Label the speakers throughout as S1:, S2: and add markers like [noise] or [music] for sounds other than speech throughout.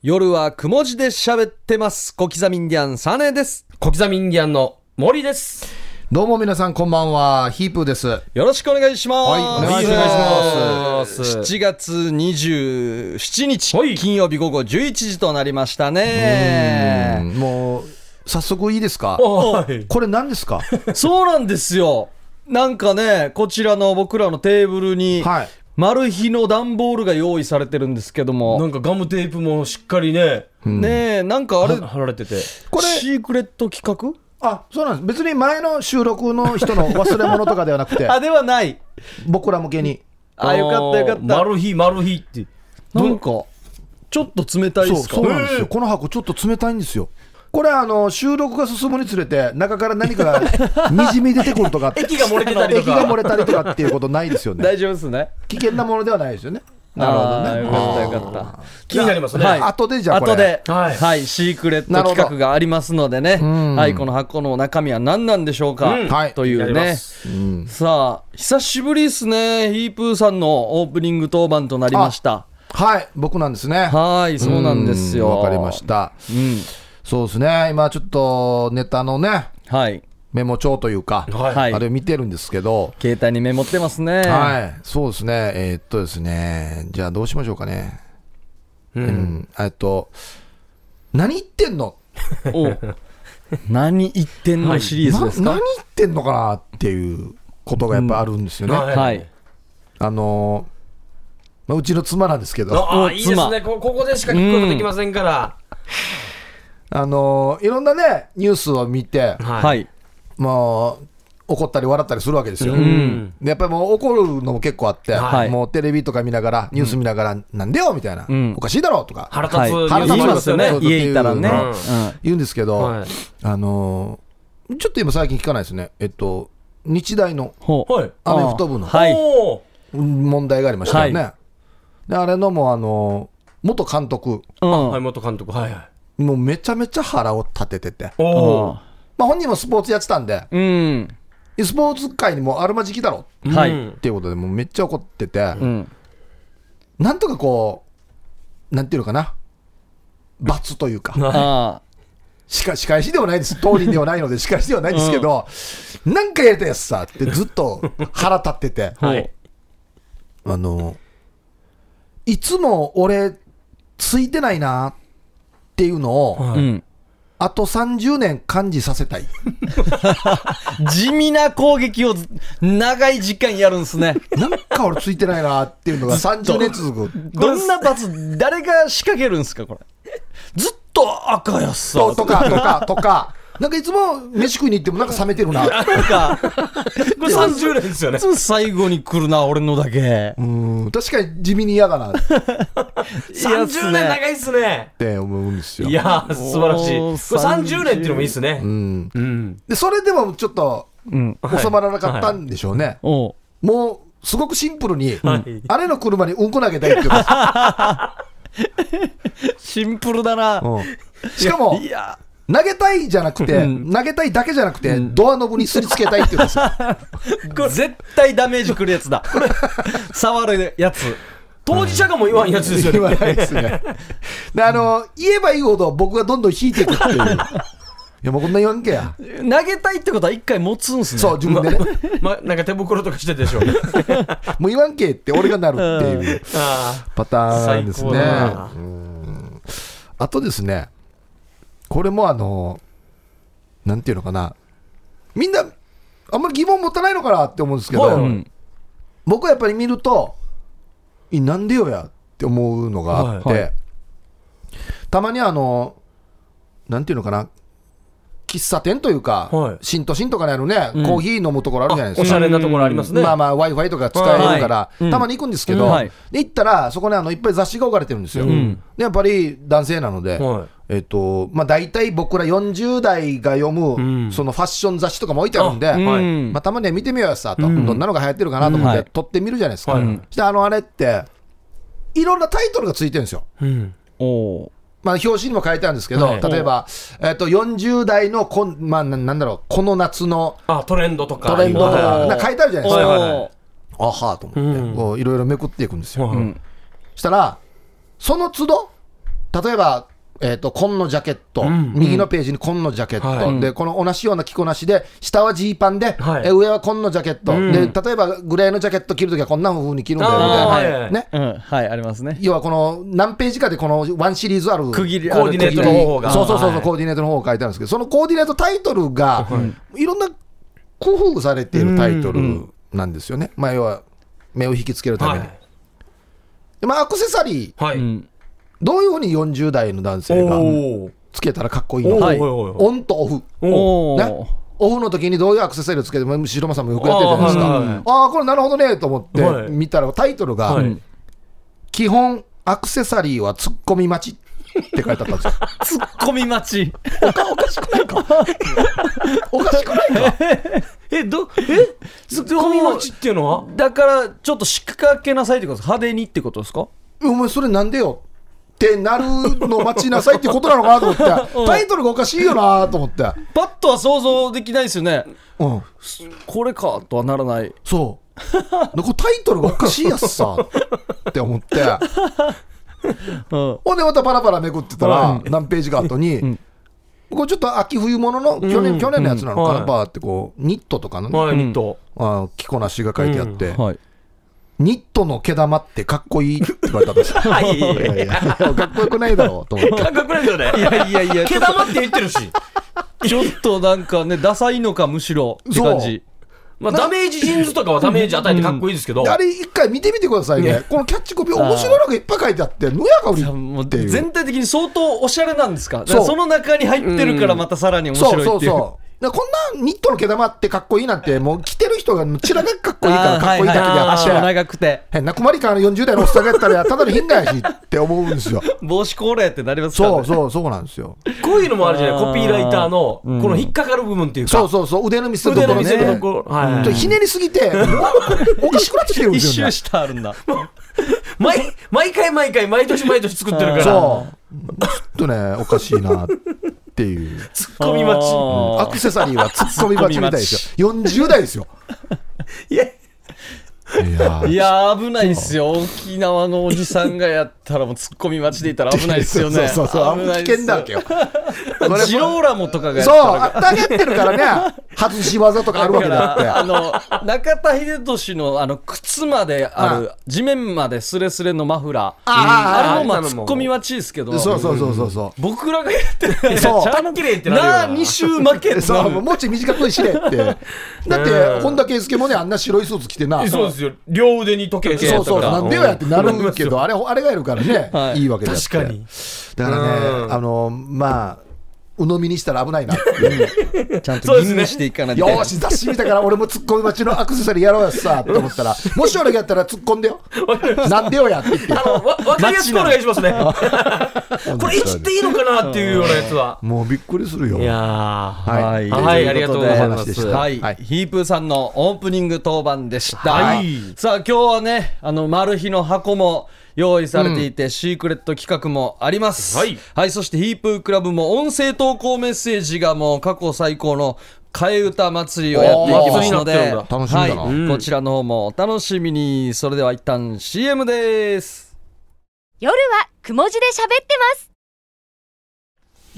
S1: 夜はくも字で喋ってます。小刻みインディアン、サネです。
S2: 小刻みインディアンの森です。
S3: どうも皆さんこんばんは、ヒープーです。は
S1: よろしくお願いします。
S3: はいお願いし
S2: ます
S1: 7月27日、
S2: はい
S1: 金曜日午後11時となりましたね。
S3: もう、早速いいですか
S2: はい。
S3: これ何ですか
S1: そうなんですよ。なんかね、こちらの僕らのテーブルに、
S3: はい。
S1: マル秘の段ボールが用意されてるんですけど
S2: な
S1: も、
S2: んかガムテープもしっかりね、
S1: ねえ、なんかあれ、
S2: 貼られてて。
S3: これ、
S1: シークレット企
S3: あ、そうなんです。別に前の収録の人の忘れ物とかではなくて
S1: 画、あ、ではない。
S3: 僕ら向けに。
S1: あ、よかったよかった。
S2: マルヒ、マルヒって。
S1: なんか、ちょっと冷たいで
S3: そう、
S1: すか
S3: そうなんです
S2: え
S3: よ。この箱ちょっと冷たいんですよ。これあの収録が進むにつれて中から何かがにじみ出てくるとかって
S2: 液が漏れてたりと
S3: 液
S2: か
S3: が漏れたりとかっていうことないですよね
S1: 大丈夫ですね。
S3: 危険なものではないですよねな
S1: あ
S3: る
S1: ー
S3: ほどね
S1: よかったよかった。
S2: 気になりますね。
S1: はい
S3: 後でじゃあこれ
S1: 後で、は、
S2: はいい
S1: シークレット
S3: なるほ
S1: 企
S3: ど
S1: 画がありますのでね、
S3: ん
S1: はい、この箱の中身は何なんでしょうか、
S2: うん
S3: はい
S1: とい
S2: や
S1: う
S2: りま
S1: ね。
S2: す。
S1: さあ、久しぶりですね、ヒープーさんのオープニング当番となりました。
S3: はい僕なんですね
S1: はい、そうなんですよ。
S3: うんわかりまし。た
S1: うん、
S3: そうですね、今ちょっとネタのね、
S1: はい、
S3: メモ帳というか、
S2: はい。
S1: はい
S3: あれを見てるんですけど、
S1: 携帯にメモってますね。
S3: はい、そうですね、えーっとですね、じゃあどうしましょうかね。うん、えっと、何言ってんの
S1: お、何言ってんのシリーズ
S3: な
S1: です
S3: 何言
S1: か。
S3: ってんのかなっていうことがやっぱあるんですよね。
S2: はい
S1: はい、
S3: あのーまあ、うちの妻なんですけど、
S2: あ
S1: お
S2: あ、いいです
S1: 妻
S2: ね。こここでしか聞くことできませんから。
S3: あのーいろんなね、ニュースを見て、
S1: は。い、
S3: もう怒ったり笑ったりするわけですよ。
S2: うん。
S3: でやっぱりもう怒るのも結構あって、
S1: はい
S3: もうテレビとか見ながら、ニュース見ながら、なんでよみたいな、
S1: うん
S3: おかしいだろうとか、
S2: 腹
S1: はい、
S2: 立つニュース
S3: 腹
S2: あ
S3: 立
S2: り
S3: つ
S2: ますよね。
S3: そうそう
S1: 家いたらね、
S2: うん
S3: 言うんですけど、
S2: はい。
S3: あのーちょっと今、最近聞かないですね、えっと、日大の
S1: ほう
S2: はい。
S3: アメフト部の
S1: はい、
S2: お
S3: 問題がありましたよね。であれのも、あのー元監督、
S2: ー。は
S1: う
S2: い、
S1: ん、
S2: 元監督。はいはい。
S3: もうめちゃめちゃ腹を立ててて、
S2: おー
S3: まあ、本人もスポーツやってたんで、
S1: うん、
S3: スポーツ界にもあるまじきだろ
S2: うん。
S1: はい
S3: っていうことで、もうめっちゃ怒ってて、
S1: うん、
S3: なんとかこう、なんていうのかな、罰というか。
S1: あ、
S3: しか、仕返しではないです。当人ではないので、仕返しではないんですけど、なんかやりたいやつさ、ってずっと腹立ってて
S1: あ、
S2: はい。
S3: あの、いつも俺、ついてないなっていうのを、
S2: は
S1: う
S2: い
S1: ん。
S3: あと30年感じさせたい。
S1: 地味な攻撃をず長い時間やるんすね。
S3: なんか俺ついてないなっていうのが30年続く。
S1: どんな罰、誰が仕掛けるんすか、これ。ずっと赤やっさ。
S3: ととか、とか、とか。なんかいつも飯食いに行ってもなんか冷めてるな。
S1: とか。
S2: これ30年ですよね
S1: いつ。も最後に来るな、俺のだけ。
S3: うん、確かに地味に嫌だなっ
S2: 30年
S1: いやっすね。
S2: 長いっすね。
S3: て思うんですよ
S2: い。やー、素晴らしい。
S1: お
S2: これ
S1: ー
S2: 30年っていうのもいいっすね
S3: う。ん。
S2: うん。
S3: で、それでもちょっと
S1: うん。
S2: はい
S3: 収まらなかったんでしょうね。
S1: おう
S3: もう、すごくシンプルに、
S2: はい
S3: あれの車にうんこ投げたいって
S2: [laughs]
S3: いうか、
S1: シンプルだな。
S3: うんしかも
S1: い、や、
S3: 投げたいじゃなくて、
S1: うん
S3: 投げたいだけじゃなくて、ドアノブにすりつけたいっ
S2: [laughs]
S3: ていうか、
S1: 絶対ダメージくるやつだ。これ、触るやつ。
S2: 当事者がもう言わんやつですよね。
S3: 言わないですね。で、あの、言えば言うほど僕がどんどん引いてい
S2: [laughs]
S3: くっていう。いや、もうこんな言わんけや。
S1: 投げたいってことは一回持つんすね。
S3: そう、。自分でね。
S2: [laughs] [laughs] ま、なんか手袋とかしてたで [laughs] しょうね。
S3: もう言わんけって俺がなるっていう
S2: あ
S3: パターンですね
S2: 最高だな。
S3: うんあとですね、これもあの、なんていうのかな。みんな、あんまり疑問持たないのかなって思うんですけど、
S2: はいうはい
S1: ん。
S3: 僕はやっぱり見ると、いなんでよやって思うのがあって、
S1: はいは
S3: たまにあの、なんていうのかな、喫茶店というか、
S2: はい
S3: 新都心とかにあるね、
S1: うん
S3: コーヒー飲むところあるじゃない
S2: ー
S3: で
S2: お
S3: す
S2: しゃ
S3: か。
S2: れなところありますね。
S3: まあまあ、w i f i とか使えるから、
S1: いうん
S3: たまに行くんですけど、
S1: うんはい
S3: で行ったら、そこにあのいっぱい雑誌が置かれてるんですよ。
S1: ん
S3: でやっぱり男性なので、
S2: はい
S3: えっとまあ、大体僕ら40代が読む、
S2: うん
S3: そのファッション雑誌とかも置いてあるんで、
S2: はい
S1: うん
S3: まあ、たまには見てみようやさと、どんなのが流行ってるかなと思っ
S1: うんは
S3: て
S1: い、
S3: 撮ってみるじゃないですか、
S2: はい
S3: そしてあのあれって、いろんなタイトルがついてるんですよ、
S2: うん。
S1: おう
S3: まあ、表紙にも書いてあるんですけど、
S2: はい
S3: 例えば、えっと40代のこん、まあ、ななんだろう、この夏の
S2: あ、トレンドとか。
S3: トレンドと
S2: は
S3: か、
S2: い
S3: なんか書いてあるじゃないです
S2: はい
S3: か、
S2: はいは
S3: あはあと思って、
S2: うん
S3: こういろいろめくっていくんですよ、
S2: はい
S1: うん
S3: そしたら、その都度、例えば、えー、と紺のジャケット、
S2: ん
S3: 右のページに紺のジャケット、
S2: はい
S3: でこの同じような着こなしで、下はジーパンで、
S2: はい
S3: えー上は紺のジャケット、
S2: うん
S3: で、例えばグレーのジャケット着るときはこんな風に着るんだよみ
S2: あ
S3: た
S2: ー
S3: いな、
S2: はい
S3: ね、
S1: うん、はい、ありますね。
S3: 要はこの何ページかでこのワンシリーズある
S1: 区切り、
S2: コーディネートの方が
S3: そうそうそうそう、
S2: はい
S3: コーディネートの方が書いてあるんですけど、そのコーディネートタイトルが、いろんな工夫されているタイトルなんですよね、まあ、要は目を引きつけるために。
S2: はい
S3: でまあ、アクセサリー、
S2: は
S1: う
S2: い
S1: ん。
S3: どういうふうに40代の男
S2: お
S3: 性が
S2: お
S3: つけたらかっこいい
S2: お
S3: の
S2: お
S3: か、
S1: はい
S2: お
S3: オンとオフ、
S2: お
S1: お
S3: ね
S1: ー。、
S3: オフの時にどういうアクセサリーをつけて、まあ白間さんもよくやってるじゃないですか、あ
S2: あー
S3: あ
S2: はいはいはい
S3: ー、これなるほどねと思っ
S2: は
S3: て
S2: い
S3: 見たら、タイトルが、
S2: はい
S3: 基本、アクセサリーは突っ込み待ちって書いてあったんです
S2: [laughs]
S3: よ。
S1: ツッコミ待ち。
S3: おかしくないか
S2: えどえツッコミ待ちっていうのは
S1: だから、ちょっと仕掛けなさいってことですか派手にってことですか
S3: お前それなんでよってなるの待ちなさいってことなのかなと思
S2: [laughs]
S3: って、
S1: うん
S3: タイトルがおかしいよなと思って、
S1: パッとは想像できないですよね。
S3: うん、
S1: これかとはならない。
S3: そう。でこれタイトルがおかしいやつさって思って、
S1: うん。
S3: ほんでまたパラパラめくってたら、
S1: う
S3: 何ページか後に、
S1: ん
S3: これちょっと秋冬物の去年,、
S2: うん
S3: 去年のやつなのかな、
S2: うん
S3: バーってこう、ニットとかの、
S2: はいニット
S3: あー着こなしが書いてあって、
S1: はい。
S3: ニットの毛玉ってかっこいいって言われたんですよ。
S2: はいいやい
S3: いや
S2: や
S3: いやかっこよくないだろうと思って。
S2: 感覚ないですよね
S1: いやいやいや、
S2: 毛玉って言ってるし
S1: ちょっとなんかね、ダサいのか、むしろって感じ。
S2: まあダメージジーンズとかはダメージ与えてかっこいいですけど
S3: あれ一回見てみてくださいね
S2: ね。
S3: このキャッチコピー面白いのがいっぱい書いてあって、ぬやか
S1: いやもう
S3: うりっていう。
S1: 全体的に相当おしゃれなんですかだか
S3: そう
S1: らその中に入ってるからまたさらに面白いっていう。
S3: う。だからこんなニットの毛玉ってかっこいいなんて、もう着てる人がちらがかっこいいからかっこいいだけであっ
S1: 足
S3: て、
S1: も長くて
S3: 変な困りかの40代のおっさんがやったら、ただの貧がやしって思うんですよ。
S1: 帽子高齢ってなりますからね
S3: そうそう、そうなんですよ。
S2: こういうのもあるじゃないコピーライターのこ
S1: うん
S2: の引っかかる部分っていうか
S3: そうそうそう、腕の見せ
S2: 腕
S3: 所
S2: の
S3: ね。
S2: 見
S3: ち
S2: せ
S3: ょ
S2: る
S3: っ
S2: ところは
S3: と
S2: い
S3: ひねりすぎて、おかしくなってきてるんで
S1: [laughs] 一
S3: すよ
S1: 周
S3: ね。
S1: 下あるん
S3: [laughs]
S1: だ。
S2: 毎毎回毎回毎年毎年作ってるから
S3: そう。ちょっとね、おかしいなっていう。
S2: ツッコミ待ち
S1: あー
S3: アクセサリーは突っ込み待ちみたいですよ。40代ですよ。
S2: いや
S3: いやー
S1: いやー危ないですよ沖縄のおじさんがやったらもうツッコミ待ちでいたら危ないですよね
S3: [laughs] そうそうそう、危ない危険だわけ
S1: よ
S3: よ。
S1: ジローラモとかがやっ
S3: そう、
S1: たら
S3: あったってるからね、外し技とかあるわけだ
S1: からあ
S3: って。
S1: の中田英寿のあの靴まである地面までスレスレのマフラー
S3: あ
S1: あれ
S2: ー
S1: もま
S2: あ
S1: あ
S2: れも
S1: ツッコミ待ちですけど
S3: そうそうそうそうそ
S1: 僕らがやって
S2: [laughs]
S1: る
S3: う。そ
S2: はっきり言ってなるよ
S1: なあ2周負け
S3: う。
S1: ってな
S3: そう、
S1: る
S3: もうちょい短くしれって。だって、本田圭佑もね、あんな白いスーツ着てな。
S2: そうですよ両腕に時計して
S3: そうそう、なんでよやってなるけ
S2: [laughs]
S3: ど、あれ、あれがいるからね
S1: は、い
S3: いいわけだって。
S2: 確かに。
S3: だから
S2: う
S3: ね、
S2: ん
S3: あの、まあ、鵜呑みにしたら危ないなっていう。
S1: ちゃん
S2: そ
S1: と
S2: うです
S1: 吟
S2: ね
S1: 味していかないと
S3: よーし、雑誌見たから俺も突っ込み待ちのアクセサリーやろうやさって思ったら、もし俺がやったら突っ込んでよ。なんでよやっ
S2: [laughs]
S3: て言って。
S2: あのわわかりやすくお願いしますね [laughs] これいじっていいのかなっていうようなやつは
S3: もうびっくりするよ。
S2: いやー
S3: は
S1: はいい、
S2: はいありがとうございます
S1: とうことではい
S3: はい
S1: ヒープーさんのオープニング当番でした。
S2: はい
S1: さあ、今日はね、あの、マル秘の箱も用意されていて、シークレット企画もあります。
S2: はい
S1: そしてヒープークラブも音声投稿メッセージがもう過去最高の替え歌祭りをやっていきますので、
S2: おー
S3: 祭りになってるんだ楽しみだな
S1: はい
S2: うん
S1: こちらの方もお楽しみに。それでは一旦 CM です。
S4: 夜はくも字で喋ってます。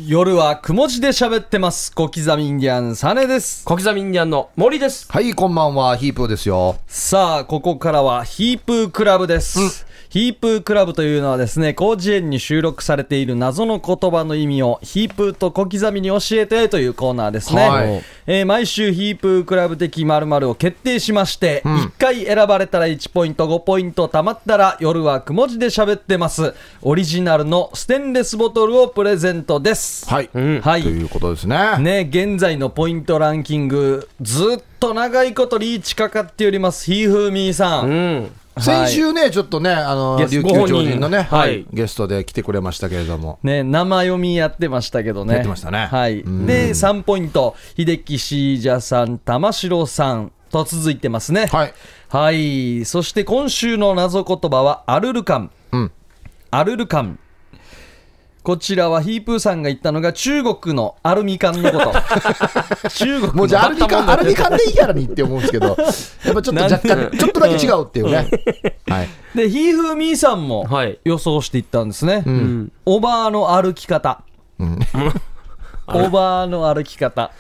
S1: 夜はくも字で喋ってます。小刻みインディアン、サネです。
S2: 小刻みインディアンの森です
S3: はい、こんばんは、ヒープーですよ。
S1: さあ、ここからはヒープークラブです。ヒープークラブというのはですね、広辞苑に収録されている謎の言葉の意味をヒープーと小刻みに教えてというコーナーですね。
S3: はい
S1: えー毎週ヒープークラブ的〇〇を決定しまして、
S3: ん
S1: 1回選ばれたら1ポイント、5ポイント貯まったら夜はくも字で喋ってます。オリジナルのステンレスボトルをプレゼントです。
S3: はい。
S2: ん
S1: はい
S3: ということですね。 [laughs]
S1: ね、現在のポイントランキング、ずっと長いことリーチかかっております、ひーふーみーさん。
S2: うん
S3: 先週ね、ちょっとね、あの、
S1: ゲス
S3: 琉球
S2: ご本人
S3: 超人のね、
S2: はい
S3: はいゲストで来てくれましたけれども。
S1: ね、生読みやってましたけどね。
S3: やってましたね
S1: はい。
S3: うん
S1: で、3ポイント。秀樹シージャさん、玉城さんと続いてますね。
S3: はい。
S1: はい。そして今週の謎言葉は、アルルカン。
S3: うん
S1: アルルカン。こちらはヒープーさんが言ったのが中国のアルミ缶のこと
S3: [laughs]
S1: 中国
S3: もうじゃあアルミ缶、アルミ
S1: 缶
S3: 缶でいいからにって思うんですけど、やっぱちょっと若干、ちょっとだけ違うっていうね。はい。
S1: でヒーフーミーさんも
S2: はい
S1: 予想していったんですね、
S3: う。
S2: うんん。
S1: オーバーの歩き方 [laughs]
S3: うん
S1: オーバーの歩き方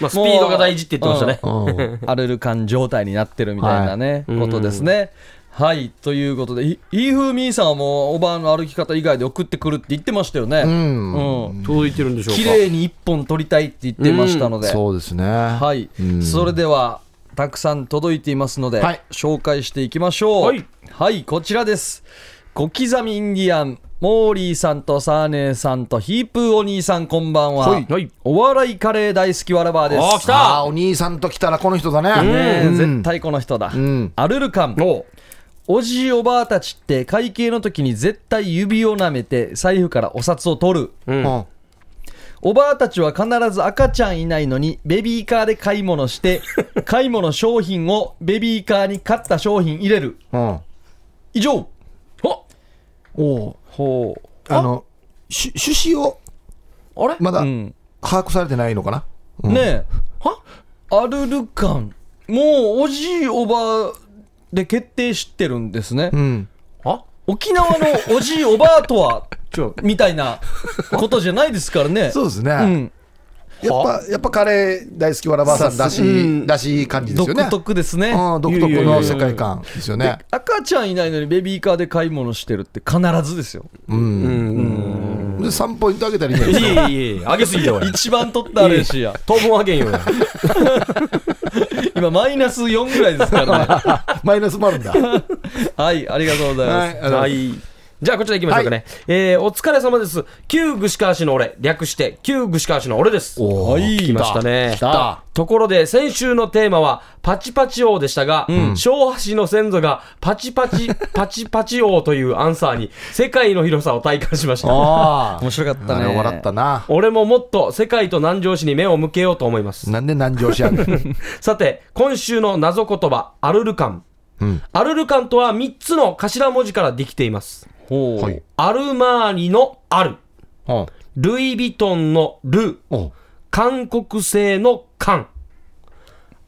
S2: まあ、スピードが大事って言ってましたね。
S3: うん
S1: アルル感状態になってるみたいなね、
S2: はい
S1: ことですね。はい、ということで、イイーフーミーさんはもう、おばあの歩き方以外で送ってくるって言ってましたよ
S3: う。
S1: ね。うんん。
S2: 届いてるんでしょうか。
S1: 綺麗に一本撮りたいって言ってましたので。
S3: そうですね。
S1: は、
S3: はい
S1: それでは、たくさん届いていますので、
S3: はい
S1: 紹介していきましょう。
S2: はい。
S1: はい、こちらです。小刻みインディアン、モーリーさんとサーネーさんとヒープーお兄さん、こんばんは。
S2: はいはい
S1: お笑いカレー大好きわらばーです。
S2: あー来た
S3: ああ、お兄さんと来たらこの人だ
S1: ね
S3: ね。
S1: え
S3: うん
S1: 絶。対この人だ、
S3: うん
S1: アルルカン
S2: おう
S1: おじいおばあたちって会計の時に絶対指を舐めて財布からお札を取る
S2: うん
S3: うん
S1: おばあたちは必ず赤ちゃんいないのにベビーカーで買い物して
S3: [laughs]
S1: 買い物商品をベビーカーに買った商品入れる
S3: うん。
S1: 以上
S2: お
S3: お
S1: ほう
S3: あの、し趣旨を
S2: あれ
S3: まだ
S1: うん
S3: 把握されてないのかな。うん
S1: ねえ
S2: は
S1: アルルカンもうおじいおばあで決定してるんですね、
S3: うん。
S2: あ
S1: 沖縄のおじいおばあとは
S3: [laughs] ちょ
S1: みたいなことじゃないですからね
S3: そうですね。
S1: うん
S3: やっぱ、やっぱカレー大好きわらばあさんらしい、らしい感じですよね。
S1: 独特ですね、
S3: うん、独特の世界観ですよ
S1: で
S3: ね。
S1: 赤ちゃんいないのにベビーカーで買い物してるって必ずですよ
S3: うん
S2: う。ん。
S3: で3ポイントあげたらいい
S2: い
S3: んじゃないですか。
S2: えいえいえ、上げすぎた
S3: [laughs]
S2: わ。
S1: 一番取ったアレーシア
S2: 当分あげんよ。
S1: 今マイナス4ぐらいです
S2: [laughs]
S1: からね
S3: マイナスもあるんだ。は
S1: はいありがとうございます、
S3: い、あの
S2: はい。じゃあ、こちら行きましょうかね。えーお疲れ様です。旧串川市の俺、略して、旧串川市の俺です。
S3: お
S2: は
S3: ー
S2: い。来ましたね。
S3: 来た
S2: ところで、先週のテーマは、パチパチ王でしたが、昭和市の先祖が、パチパ
S3: [laughs]
S2: チ、パチパチ王というアンサーに、世界の広さを体感しました。
S3: あ
S1: 面白かっ
S3: あ、
S1: た
S3: あれ
S1: ね
S3: 笑ったな。
S2: 俺ももっと世界と南城市に目を向けようと思います。
S3: なんで南城市ある
S2: さて、今週の謎言葉、アルルカン。
S3: うん
S2: アルルカンとは3つの頭文字からできています。
S1: ほう、
S3: はい
S2: アルマーニのアル、
S3: うん
S2: ルイ・ヴィトンのル、
S3: お
S2: 韓国製の缶。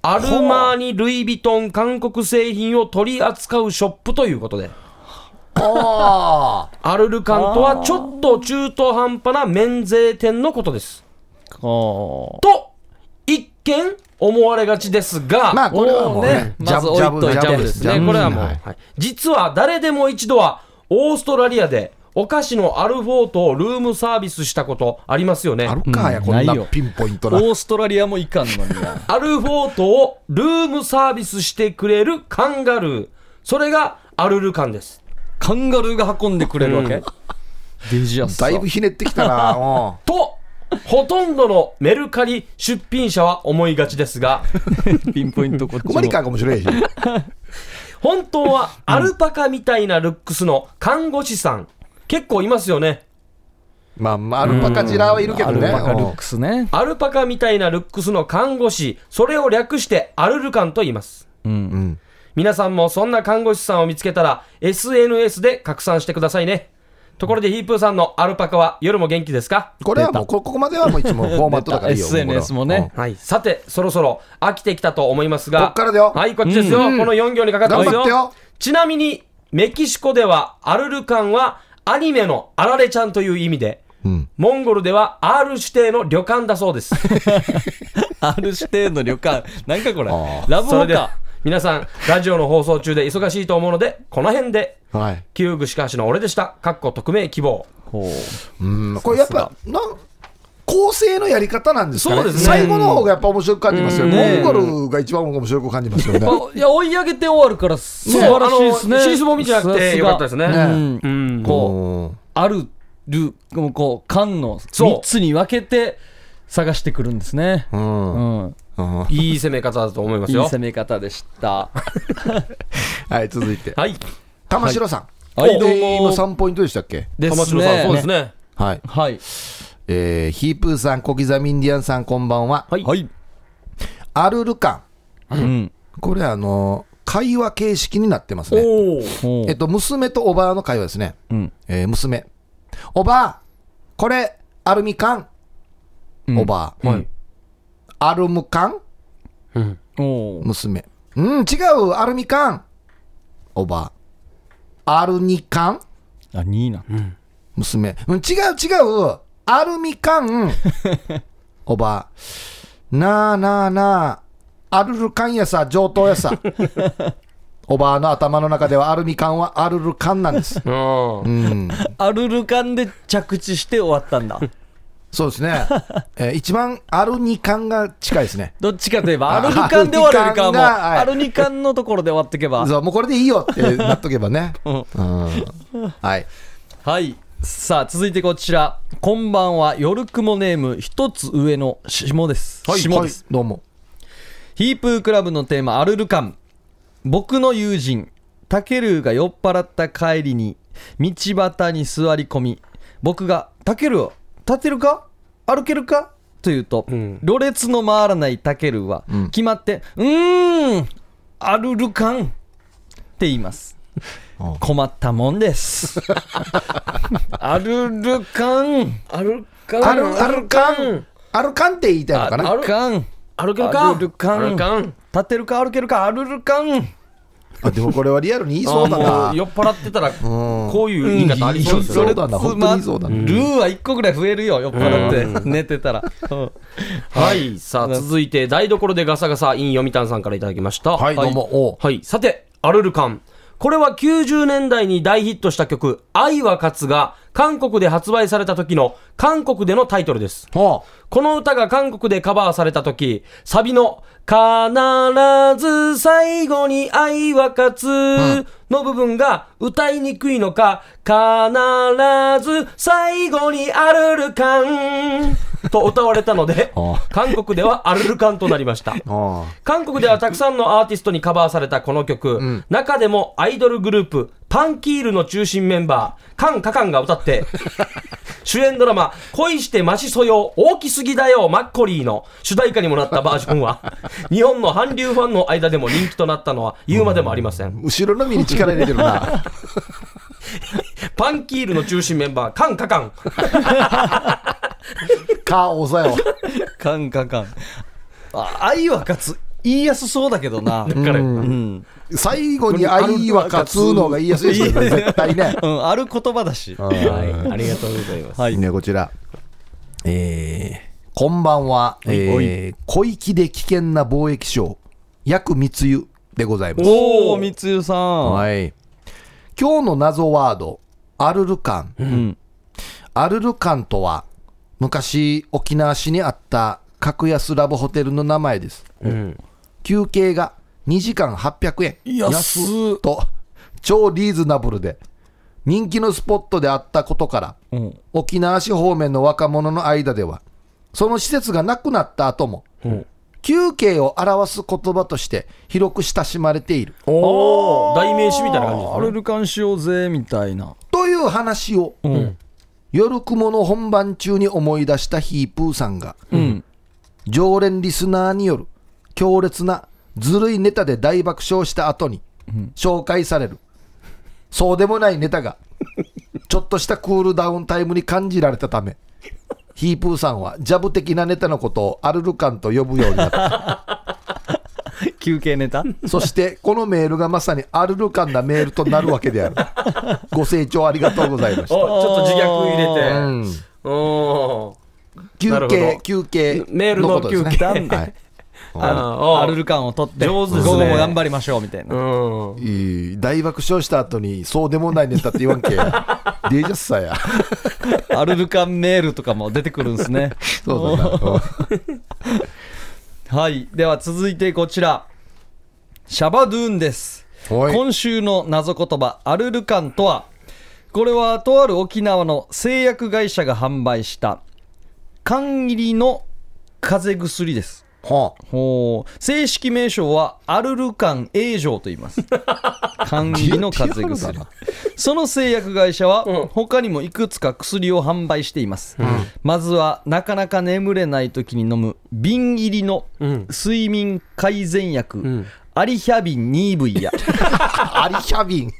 S2: アルマーニ・ルイ・ヴィトン韓国製品を取り扱うショップということで、
S3: あ
S2: アルルカンとはちょっと中途半端な免税店のことです。
S1: ほ
S2: と、一見思われがちですが、
S3: あまあ、これはもうね、
S1: おーね
S3: ジャブ、
S1: まず
S3: ジャ
S1: 置いと
S3: ブ、
S1: いて
S2: ジャブです
S3: ジャ
S2: ね。
S3: ブ
S2: これはもう、
S3: い
S2: はい実は誰でも一度は、オーストラリアで、お菓子のアルフォートをルームサービスしたことありますよね。
S3: あるかや、
S1: うん
S3: こん
S1: な
S3: ない
S1: よ
S3: ピンポイント
S1: う
S3: な。
S1: オーストラリアもいかんのに
S2: [laughs]
S1: な
S2: アルフォートをルームサービスしてくれるカンガルー。それがアルルカンです。
S1: カンガルーが運んでくれるわけ、
S2: うん
S1: デジアス
S3: だいぶひねってきたな。うん
S2: と、ほとんどのメルカリ出品者は思いがちですが、
S1: ピンポイントこっち
S3: ここまでか面白いし。
S2: 本当はアルパカみたいなルックスの看護師さん、結構いますよね。
S3: まあ、まあアルパカジラはいるけど
S1: アル
S3: ね。
S1: バカル
S3: う
S1: ッ
S3: ん
S1: クスね
S2: アルパカみたいなルックスの看護師、それを略してアルルカンと言います。
S1: うん
S3: うん。
S2: 皆さんもそんな看護師さんを見つけたら SNS で拡散してくださいね。ところでヒープーさんのアルパカは夜も元気ですか
S3: これはもう、ここまではもういつもフォーマットだからいいよ。
S1: 出た SNS もね
S2: はい。さて、そろそろ飽きてきたと思いますが。
S3: こっからだよ
S2: はい、こっちですよ。
S3: うん
S2: この4行にかかってますよ。
S3: 頑張ってよ
S2: ちなみに、メキシコではアルルカンはアニメのアラレちゃんという意味で、
S3: うん。うん
S2: モンゴルでは R 指定の旅館だそうです。
S1: R 指定の旅館なんかこれ
S3: あ
S1: ラブホ
S2: それで
S1: か、
S2: 皆さん、ラジオの放送中で忙しいと思うので、この辺で、
S3: はい。
S2: 旧具しかしの俺でした。かっこ匿名希望。
S1: ほう
S3: うんこれやっぱなん構成のやり方なんですかね
S2: そうですね
S3: 最後の方がやっぱ面白く感じますよ、
S1: うんね
S3: モンゴルが一番面白く感じますよね
S1: あいや追い上げて終わるから素晴らしいですね。
S2: あの尻すぼみじゃなくてよかったですね。
S1: さすが
S3: ね
S1: うん
S2: うん
S1: こう
S3: こ
S1: あるるこう缶の
S2: そう
S1: 三つに分けて探してくるんですね。
S3: ううん
S1: う
S3: うん
S1: ん、
S3: はい
S2: い攻め方だと思います
S1: いい
S2: よ。
S1: 攻め方でした。
S3: い続いて
S2: はい。
S3: 玉城さん、
S1: はいはいどうも
S3: えー今3ポイントでしたっけ
S1: ですね。
S2: 玉城さん、そうですね。
S3: はい、
S1: はい
S3: えーヒープーさん小刻みインディアンさんこんばんは、
S2: はい
S1: はい。
S3: アルルカ
S1: うん。
S3: ンこれあのー会話形式になってますね
S2: おお。
S1: ほう
S3: えっと娘とおばあの会話ですね、
S1: うん
S3: えー娘おばあこれ、アルミ缶、
S1: うん
S3: おばあ。
S2: はい。
S3: アルム缶、
S2: うん。
S1: おー
S3: 娘。うん、違う、アルミ缶、おばあ。アルニ缶、
S1: あ、2位な。
S3: 娘。うん、違う、違う、アルミ
S1: [laughs]
S3: 缶、おばあ。なあなあなあ、アルル缶やさ、上等やさ。
S1: [laughs]
S3: おばあの頭の中ではアルミ缶はアルル缶なんです。
S2: あ
S3: うん。
S1: アルルカンで着地して終わったんだ。
S3: そうですね。えー一番アルニ缶が近いですね。
S1: どっちかといえば、
S3: あ
S1: アルルカンで終わるよりかはもう、
S3: アルルカンがはい
S1: アルニカンのところで終わってけば。
S3: そう、もうこれでいいよってなっとけばね。
S1: [laughs] うん
S3: うん。はい。
S1: はい。さあ、続いてこちら。こんばんは、夜雲ネーム、一つ上の下です。下です。
S3: はいどうも。
S1: ヒープークラブのテーマ、アルルカン。僕の友人、タケルーが酔っ払った帰りに、道端に座り込み、僕が、タケルー、立てるか歩けるかと言うと、
S2: うん
S1: ろれつの回らないタケルーは、
S3: うん
S1: 決まって、うーん、アルルカンって言います
S3: うん。
S1: 困ったもんです。
S2: [laughs]
S1: アルルカン。
S2: あるか
S3: アル、アルカン。アルカンって言いたいのかな
S1: アルカン。
S2: あるか
S1: アルカン
S2: あるかん
S1: 立てるか歩けるか、アルルカン。
S3: あ、でもこれはリアルに言い
S2: あ
S3: そうだ
S2: ー
S3: な。
S2: もう酔っ払ってたらこういう言い方ありそうです
S3: そ
S2: よ
S3: う
S2: ね
S3: だな本当にそうだな
S1: ルーは1個ぐらい増えるよ、酔っ払って、寝てたら。うん
S2: はいさあ続いて台所でガサガサイン読谷さんからいただきました
S3: はい、どうも。おう
S2: はい。さて、アルルカン。これは90年代に大ヒットした曲、愛は勝つが、韓国で発売された時の韓国でのタイトルです。
S3: ほう
S2: この歌が韓国でカバーされた時、サビの、必ず最後に愛は勝つの部分が歌いにくいのか、必ず最後にアルルカンと歌われたので
S3: [laughs] あ、
S2: 韓国ではアルルカンとなりました。
S3: あ
S2: 韓国ではたくさんのアーティストにカバーされたこの曲、
S3: ん
S2: 中でもアイドルグループ、パンキールの中心メンバー、カンカカンが歌 [laughs] って、主演ドラマ、恋してましそよ、大きすぎだよ、マッコリーの主題歌にもなったバージョン [laughs] は、日本の韓流ファンの間でも人気となったのは言うまでもありません。
S3: ー後ろの身に力入れてるな。
S2: パンキールの中心メンバー、カンカカン。
S3: か、おさよ。
S1: カンカカン。あ愛は勝つ。言いやすそうだけどな。
S2: だから
S1: うん。
S3: 最後に愛は勝つのが言いやすいですよね、絶対ね。
S1: うん、ある言葉だし。
S2: はい、ありがとうございます。
S1: はい
S3: いいね、こちら。えーこんばんは。
S1: おい
S3: えー小粋で危険な貿易商、薬密輸でございます。
S1: おー、みつゆさん。
S3: はい。今日の謎ワード、アルルカン。
S1: うん。
S3: アルルカンとは、昔沖縄市にあった格安ラブホテルの名前です。
S2: うん
S3: 休憩が2時間800円。
S1: 安っ
S3: っと、超リーズナブルで、人気のスポットであったことから、
S1: うん。
S3: 沖縄市方面の若者の間では、その施設がなくなった後も、休憩を表す言葉として広く親しまれている
S2: おー代名詞みたいな感じですね
S1: あアルルカンしようぜ、みたいな。
S3: という話を、
S1: うん。
S3: 夜雲の本番中に思い出したヒープーさんが、
S1: うん。
S3: 常連リスナーによる強烈なずるいネタで大爆笑した後に紹介される、そうでもないネタがちょっとしたクールダウンタイムに感じられたためヒープーさんはジャブ的なネタのことをアルルカンと呼ぶようになった
S1: [laughs] [laughs] 休憩ネタ
S3: そしてこのメールがまさにアルルカンなメールとなるわけであるご清聴ありがとうございまし
S2: おち
S3: た、
S2: ょっと自虐入
S3: う
S2: れて。
S3: ん
S2: おーな
S3: 休
S2: るほど
S3: 憩休憩
S2: メールの
S3: ことですね
S2: 休憩
S3: はい
S2: [laughs] あーおー
S1: アルルカンを取って、
S2: 上手ですね
S1: 午後も頑張りましょう、みたいな。
S2: うん
S3: いい大爆笑した後にそうでもないネタって言わんけデージャスさ
S2: [laughs]
S3: や
S1: [laughs] アルルカンメールとかも出てくるんですね。
S3: そうだな
S1: はい。では続いてこちら。シャバドゥーンです。
S3: おい
S1: 今週の謎言葉、アルルカンとは、これはとある沖縄の製薬会社が販売した、缶入りの風邪薬です。
S3: は
S1: ほう正式名称はアルルカン A 錠と言い
S2: [laughs]
S1: ます缶入りの風邪
S3: リアル
S1: 薬
S3: だな
S1: その製薬会社
S2: うん
S1: は他にもいくつか薬を販売しています、まずはなかなか眠れない時に飲む瓶入りの
S2: うん
S1: 睡眠改善薬、
S2: ん
S1: アリヒャビン 2V や
S3: あアリキャビン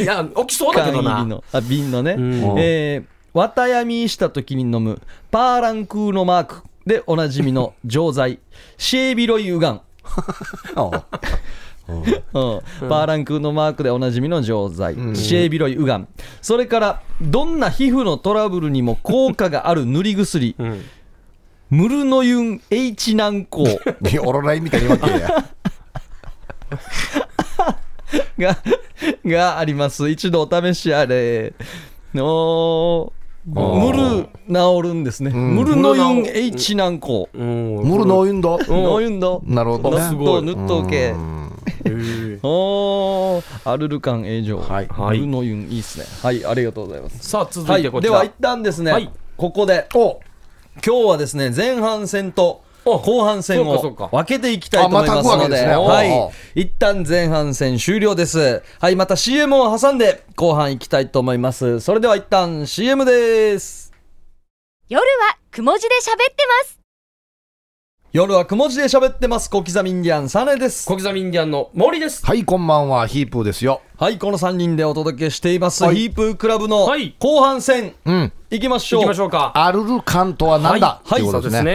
S2: いや、起きそうだ
S1: 缶
S2: け
S1: 入
S2: ど
S1: り
S2: な。
S1: のあ瓶のね、
S2: ん
S1: えー綿闇した時に飲むパーランクーのマークでおなじみ
S2: [laughs]
S1: の錠剤シェービロイウガン、うんパーランクーのマークでおなじみの錠剤、シェービロイウガンそれからどんな皮膚のトラブルにも効果がある塗り薬、
S2: ん
S1: ムルノユン H 軟膏
S3: いやオロラインみたいに言わん
S2: [laughs]
S3: けや。
S2: [laughs]
S1: ががあります一度お試しあれおームル治るんですね、ムルノユン H 軟膏、
S2: うん
S3: ムルの運動。
S1: ノユンド
S3: なるほどね
S1: 塗っと塗っとけ
S2: へえ
S1: おーアルルカン営業
S3: はい
S2: はい
S1: ルノユンいいっすねはいありがとうございます
S2: さあ続
S1: はい
S2: て
S1: い
S2: こ
S1: で
S2: ちら、
S1: は一旦ですね、
S2: はい
S1: ここで
S3: お
S1: 今日はですね前半戦と
S2: お
S1: 後半戦
S2: そうかそ
S1: を
S2: うか
S1: 分けていきたいと思いますので,、
S3: あまた行くわけですねおう
S1: はい一旦前半戦終了ですはいまた CM を挟んで後半いきたいと思いますそれでは一旦 CM です
S4: 夜はくも字で喋ってます。
S1: 夜はくも字で喋ってます小刻みインディアンサネです
S2: 小刻みインディアンの森です
S3: はい、こんばんは、ヒープーですよ。
S1: はい、この3人でお届けしています、
S3: はい
S1: ヒープークラブの
S2: はい
S1: 後半戦、
S3: うん。
S1: いきましょ
S2: 行
S1: う。
S2: きましょうか
S3: アルルカンとはなんだ
S1: はい
S3: っていうこ
S2: そ
S3: と
S2: うですね、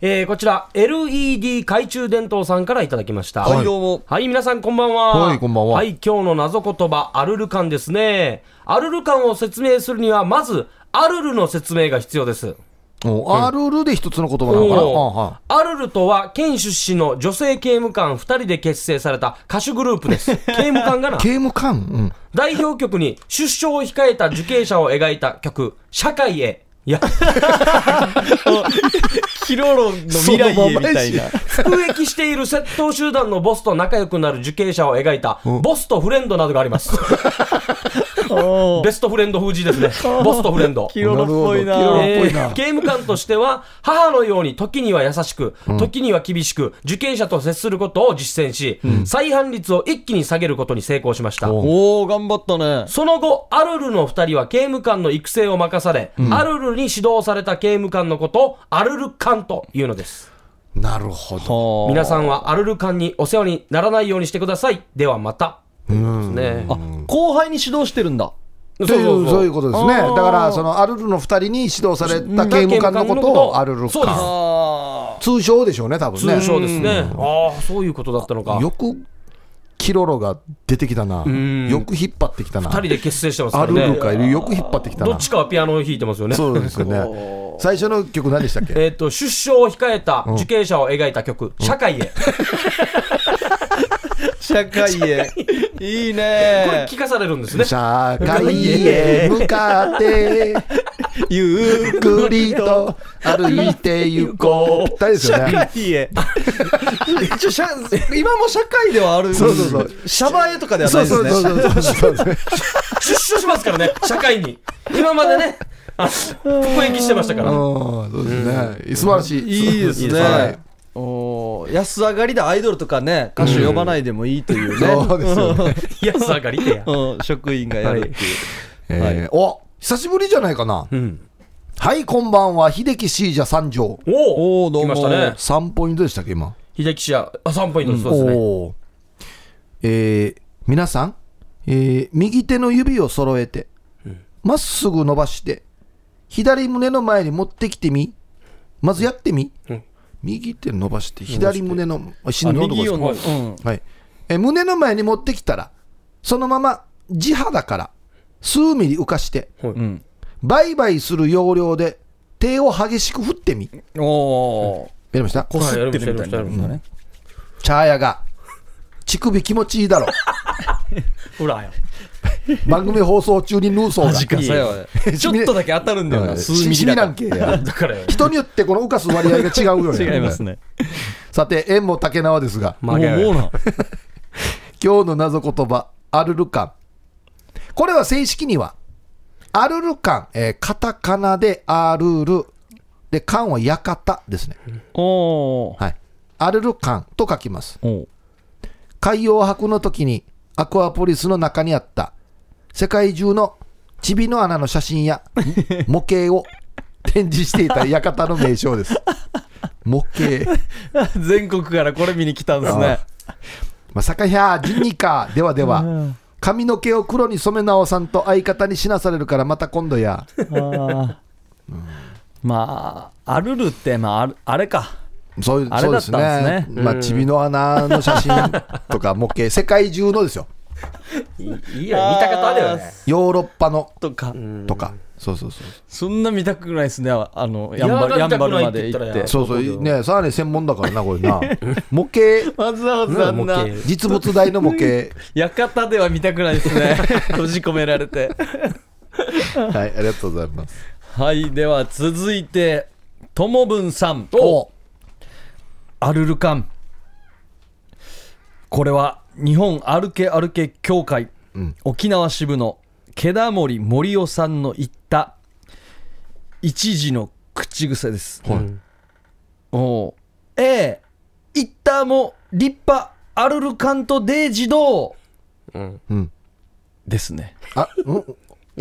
S2: えーこちら LED 懐中電灯さんからいただきました
S1: はいどうも
S2: はい皆さんこんばんは
S3: はいこんばんは
S2: はい今日の謎言葉アルルカンですねアルルカンを説明するにはまずアルルの説明が必要です
S3: おアルルで一つの言葉なのかな
S2: お
S3: うんうん
S2: ーアルルとは県出身の女性刑務官2人で結成された歌手グループです
S3: [laughs]
S2: 刑務官がな
S3: 刑務官、うん、
S2: 代表曲に出所を控えた受刑者を描いた曲「社会へ」いや
S1: キロロの未来へみたいな。
S2: 服役している窃盗集団のボスと仲良くなる受刑者を描いた、ボスとフレンドなどがあり
S3: [laughs]
S2: ます。ベストフレンド風字ですね。ボスとフレンド。
S1: キロロっぽいな。
S3: なるほどキロロ
S1: え
S2: え
S3: ぽいな
S2: ー [laughs] 刑務官としては、母のように時には優しく、時には厳しく、受刑者と接することを実践し、再犯率を一気に下げることに成功しました。
S1: ーおー、頑張ったね。
S2: その後、アルルの2人は刑務官の育成を任され、アルルに指導された刑務官のことを、アルル官というのです。
S3: なるほど。
S1: は
S2: 皆さんはアルルカンにお世話にならないようにしてください。ではまた。
S3: うん
S2: ね
S1: あ、後輩に指導してるんだ。
S2: そう
S3: というそういうことですね、
S1: あー
S3: だからそのアルルの二人に指導された刑務官のことをアルル
S2: そうです
S3: 官、
S1: あ
S3: 通称でしょうね、多分ね
S2: 通。称ですね。ああ、そういうことだったのか。
S3: よくキロロが出てきたな、
S2: ん
S3: よく引っ張ってきたな、
S2: 二人で結成してますから
S3: アル
S2: ね。
S3: ルかよく引っ張ってきたな、
S2: どっちかはピアノを弾いてますよね。
S3: そうですよね、最初の曲、何でしたっけ、
S2: えっと、出所を控えた受刑者を描いた曲、社会へ。
S1: ー社会
S3: [laughs]
S1: へ。いい
S2: これ
S1: ね
S2: 聞。かされるんですね。
S3: 社会へ向かって、ゆっくりと歩いて行こう、ぴったりですよ
S1: 社
S3: ね。
S1: 会へ。一応社今も社会ではあるんです
S3: そうそうそ
S1: シャバへとかではな
S3: そ
S1: いうです
S3: そう
S1: ね。
S3: そうそうそうそう
S2: 出所しますからね、社会に。今までね、あの服役してましたから。
S3: うんそうですね。素晴らしい。
S1: いいです
S3: は
S1: ね
S3: い。
S1: おー安上がりでアイドルとかね、歌手呼ばないでもいいというね。
S3: そうですよね。
S2: 安上がりでや。
S1: うん、職員がやるっていう。
S3: えーお久しぶりじゃないかな
S2: う。ん。
S3: はい、こんばんは。秀樹シージャ三条。
S2: お
S1: お
S2: お
S1: ーどうも
S2: 来ましたね。
S3: 3ポイントでしたっけ、今。
S2: 秀樹氏は、あ、3ポイントです。そうですね。
S3: おーえー皆さん、えー右手の指を揃えて、まっすぐ伸ばして、左胸の前に持ってきてみ。まずやってみ。右手伸ばして、左胸の、あ心臓のとこですか
S1: の、うん、
S3: はい、え胸の前に持ってきたら、そのまま地肌から数ミリ浮かして、
S1: うん、
S3: 売買する要領で手を激しく振ってみ。や
S1: おー
S3: りました
S1: こすってるみたいになるんだ
S2: は
S1: ね。
S3: 茶屋が。乳首気持ちいいだろ。
S1: [laughs]
S2: 裏や。
S3: 番組放送中にヌーソーが。
S1: マジかさよ
S3: い
S1: ちょっとだけ当たるんだよ
S3: は
S1: な、
S3: い
S1: 数ミリ
S3: しみ
S1: だ
S3: な
S1: か
S3: ん
S1: ら。
S3: けや。
S1: [laughs]
S2: だからよ。
S3: 人によってこの浮かす割合が違うよね。
S1: 違いますね。
S3: さて、縁も竹縄ですが、
S1: もう、も
S2: や
S1: うな。
S3: 今日の謎言葉、アルルカン。これは正式には、アルルカン、えーカタカナでアルル、で、カンは館ですね。
S1: おー
S3: はい。アルルカンと書きます。
S1: おー。
S3: 海洋博の時にアクアポリスの中にあった世界中のチビの穴の写真や模型を展示していた館の名称です。模型。
S1: 全国からこれ見に来たんですね。
S3: まさかひゃー、ジニカ、ではでは、髪の毛を黒に染め直さんと相方に死なされるからまた今度や。
S1: あーまあ、あるるって、まあ、あるあれか。
S3: そういう
S1: あれ
S3: そう
S1: だ
S3: で
S1: った
S3: す
S1: んですね
S3: ね。まあ、ちびの穴の写真とか模型、世界中のですよ。
S2: いいよ、見たことあるよね。
S3: ヨーロッパの
S1: とか、
S3: とか。そうそうそう。
S1: そんな見たくないですね、ああの、
S2: いや
S1: やんばるや
S2: 見た
S1: ん
S2: くな
S1: ば
S2: い
S1: るまで行
S2: っ
S1: って
S2: 言
S1: て
S2: っ。
S3: そうそう。ねさらに専門だからな、こ
S1: [laughs]
S3: れな。模型、
S1: わざわざあんな
S2: 模、型
S3: 実物大の模型。
S1: 館では見たくないです [laughs] ね。閉じ込められて。
S3: はい、ありがとうございます。
S1: はい、では続いて、ともぶんさん。
S3: お
S1: アルルカン。これは日本歩け歩け協会、
S3: ん
S1: 沖縄支部の毛田森森夫さんの言った一時の口癖です。
S2: うん
S1: おうええ、一旦も立派アルルカンとデイジド
S2: うん
S3: うん。
S1: ーですね。
S3: あ、うん。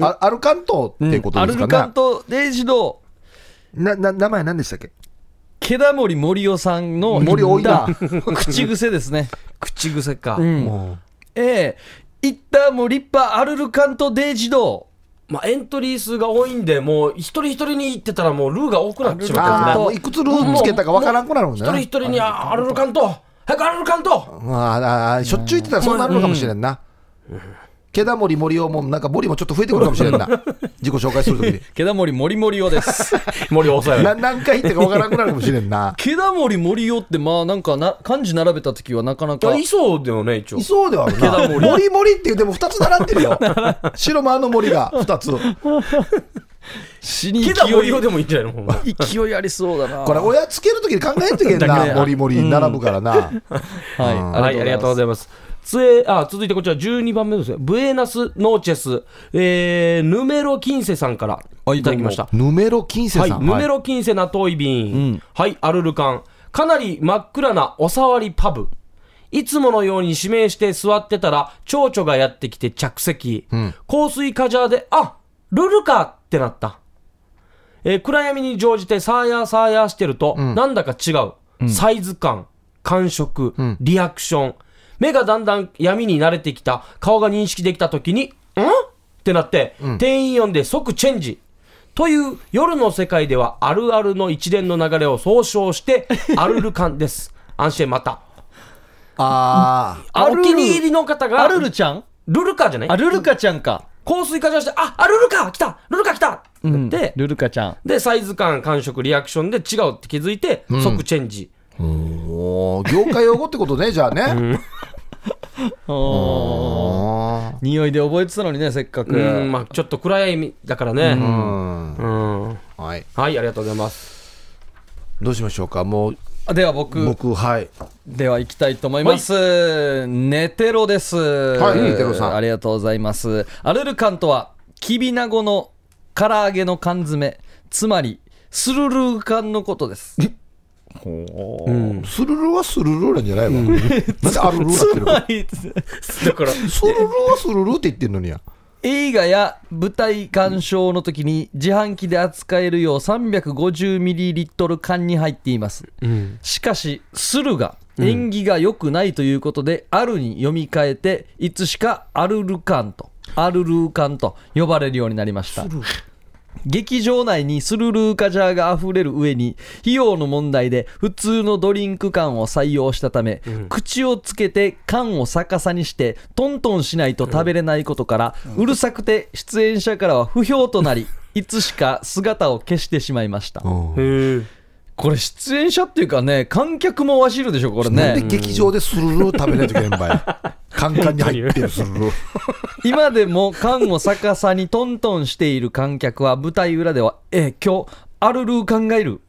S3: あアルカントっていうこと
S1: ア
S3: で
S1: ル
S3: す
S1: ル
S3: か
S1: カン
S3: ね。
S1: とデイジドー。
S3: な、な、名前何でしたっけ
S1: 毛田森森夫さんの
S3: 森多
S1: 言
S3: い
S1: っ
S3: な
S1: た口癖ですね。
S2: 口癖か。
S1: うん
S3: も
S1: ええ、一旦も立派アルルカンとデイジドー。
S2: まあ、エントリー数が多いんで、もう一人一人に行ってたら、もうルーが多くなってし
S3: う。
S2: まっ
S3: あ
S2: て
S3: あ、
S2: る
S3: も
S2: ね。
S3: ういくつルーつけたかわからんくなるもん
S2: 一人
S3: ね。
S2: 一人に、あアルルカント早くアルルカント
S3: あああ、しょっちゅう言ってたらそうなるのかもしれんな。けだもり森をも、なんか森もちょっと増えてくるかもしれんな。自己紹介するときに。
S1: 毛だもり森森夫
S2: [laughs]
S1: です。
S2: 森を抑え
S3: な
S2: る。
S3: 何回言ってかわからなくなるかもしれ
S1: [laughs]
S3: んな。
S1: 毛だもり森夫って、まあなんかな、漢字並べた時はなかないか
S2: や、。いそうだよね、一応
S3: い。そうではあるな。森森って言っても2つ並んでるよ。白間の森が2つ。
S1: 死に勢
S2: 池
S1: い
S2: 田森をでもいいんじゃないのほんま
S1: 勢いありそうだな。
S3: これ、親つけるときに考えてけん
S1: だけ
S3: な。
S1: ね
S3: 森森並ぶからな。
S1: はい、
S2: [laughs] はい、ありがとうご
S1: い
S2: ざいます。つえあ続いてこちら12番目ですね。ブエナス・ノーチェス、えー、ヌメロ・キンセさんから
S1: はい
S2: いただきました。
S3: ヌメロ金星
S2: はい
S3: さ、ん。
S2: ヌメ
S3: ロ。
S2: ロ・キンセナ遠い便、
S1: ん
S2: はい、アルルカン。かなり真っ暗なおさわりパブ。いつものように指名して座ってたら、蝶々がやってきて着席。香水カジャーで、あルルかってなった。えー暗闇に乗じてサーヤーサーヤーしてると、なんだか違う、サイズ感感触、リアクション目がだんだん闇に慣れてきた顔が認識できた時に「ん?」ってなって、店員呼んで即チェンジという夜の世界ではあるあるの一連の流れを総称して [laughs] あるる感です安心また
S3: あ
S2: あ
S1: あるる
S2: お気に入りの方が
S1: あるるちゃん
S2: ルルカじゃない
S1: あ、ルルカちゃんか。
S2: 香水化粧して「ああルルカ来たルルカ来た!」ってなって、
S1: ルルカちゃん。
S2: で、サイズ感、感触、リアクションで違うって気づいて、即チェンジ。
S3: あ。もう、業界用語ってことね、じゃあね。あ
S1: 匂いで覚えてたのにね、せっかく。
S2: うん、まあちょっと暗闇だからね。
S3: ーう。
S2: うんん。
S3: はい。
S2: はい、ありがとうございます。
S3: どうしましょうか。もう、
S1: では僕、
S3: 僕、はい。
S1: では行きたいと思います。ネテロです。
S3: はいネテロさん
S1: ありがとうございます。アルルカンとは、きびなごの唐揚げの缶詰、つまり、スルルー缶のことです。
S2: うん。
S3: スルルはスルルなんじゃないのなんでアルルなってるの
S1: はい
S2: [laughs] だから、
S3: [laughs] スルルはスルルって言ってんのにや。
S1: 映画や舞台鑑賞の時に自販機で扱えるよう 350ml 缶に入っています
S2: うん。
S1: しかし「する」が縁起が良くないということで「ある」に読み替えていつしか「アルル缶」と「アルル缶」と呼ばれるようになりました劇場内にスルルーカジャーがあふれる上に費用の問題で普通のドリンク缶を採用したため、口をつけて缶を逆さにしてトントンしないと食べれないことから、うるさくて出演者からは不評となりいつしか姿を消してしまいま [laughs] した、
S2: へえ。
S1: これ出演者っていうかね観客もわしるでしょこれ
S3: なんで
S1: ね
S3: 劇場でスルルを食べないといけないんばい。 [laughs] カンカンに入ってるスルル。
S1: 今でも缶を逆さにトントンしている観客は舞台裏では「え今日アルルー缶がいる」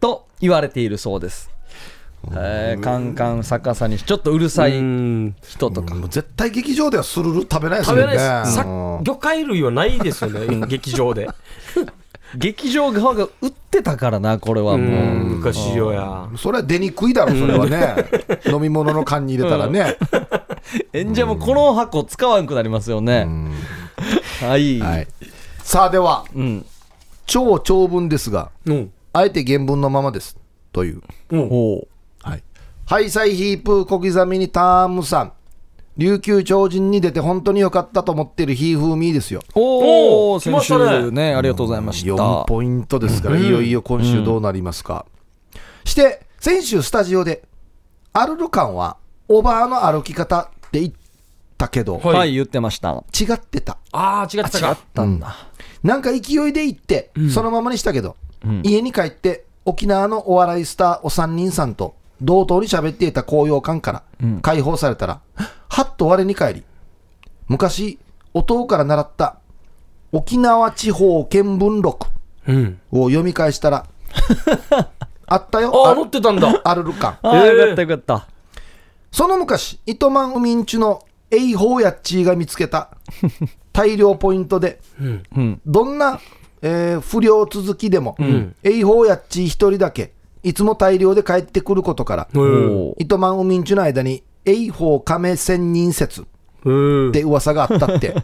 S1: と言われているそうです、えーカンカン逆さにしちょっとうるさい
S2: うん。
S1: 人とか、
S3: もう絶対劇場ではスルル食べないです
S2: 食
S3: よ
S2: べ
S3: ね。
S2: られないです。さ
S3: うん
S2: 魚介類はないですよ [laughs] ね、劇場で。
S1: 劇場側が売ってたからなこれは
S2: う
S1: もう、
S2: ん。昔よや。
S3: それは出にくいだろ、それはね。飲み物の缶に入れたらね。
S1: 演者もこの箱使わんくなりますよね、はい、
S3: はい。さあ、では、
S1: うん
S3: 超長文ですが、
S2: うん。
S3: あえて原文のままです。という。
S2: うん。
S1: ほう
S3: はい。ハイサイヒープー小刻みにタームさん。琉球超人に出て本当に良かったと思ってるヒーフーミーですよ。
S1: お
S2: お
S1: お、
S2: ー
S1: 先週
S2: 来ました
S1: ね、ありがとうございました。
S3: 4ポイントですから、いよいよ今週どうなりますか。して、先週スタジオで、アルルカンは、オバーの歩き方って言ったけど、
S1: はい、
S2: はい
S1: 言ってました。
S3: 違ってた。
S2: ああ、違ってたか。
S1: なん
S3: だなんか勢いで行って、そのままにしたけど、家に帰って、沖縄のお笑いスターお三人さんと同等に喋っていた高揚感から解放されたら、はっと我に返り、昔、お父から習った沖縄地方見聞録
S2: うん。
S3: を読み返し
S2: [laughs]
S3: たら、あったよ、
S2: あ
S3: あ
S2: あ、乗ってたんだ。
S3: あるるか。
S1: ああ、
S2: えー
S1: よかったよかった。
S3: その昔、糸満海んちのエイホーヤッチーが見つ
S2: [laughs]
S3: けた大量ポイントで、
S1: うん。
S3: どんな、えー不良続きでも、
S2: ん
S3: エイホーヤッチー一人だけ、いつも大量で帰ってくることから、
S2: うん。
S3: 糸満海んちの間に、エイホー亀仙人説
S2: うん
S3: っ。て噂があった
S2: [laughs]
S3: って。っ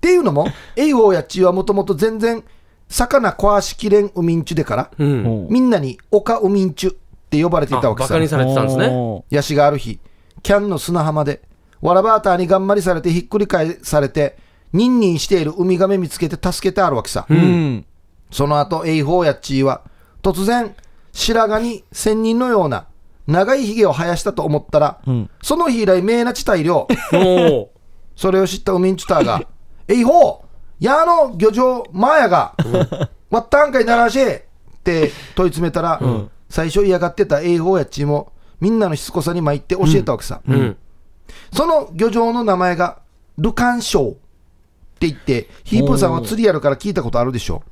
S3: ていうのも、エイホーヤッチーはもともと全然、魚壊しきれん海んちでから、
S2: うん。
S1: おー
S3: みんなに丘海んちゅって呼ばれていたわけ
S2: バカにされてたんですね。
S1: おー
S3: ヤシがある日、キャンの砂浜で、わらばーターにがんまりされてひっくり返されて、ニンニンしているウミガメ見つけて助けてあるわけさ。
S1: うん。
S3: その後、エイホーヤッチーは、突然、白髪に仙人のような長いひげを生やしたと思ったら、
S1: ん
S3: その日以来、名な地大量。
S2: お
S3: それを知ったウミンチュタ
S2: [laughs]
S3: ーが、えいほう、やあの漁場、マーヤが、わったんかいならしいって問い詰めたら、最初嫌がってたえいほうやっちも、みんなのしつこさに参って教えたわけさ。
S2: ーうん。
S3: その漁場の名前が、ルカンショウって言って、ヒープーさんは釣りやるから聞いたことあるでしょ。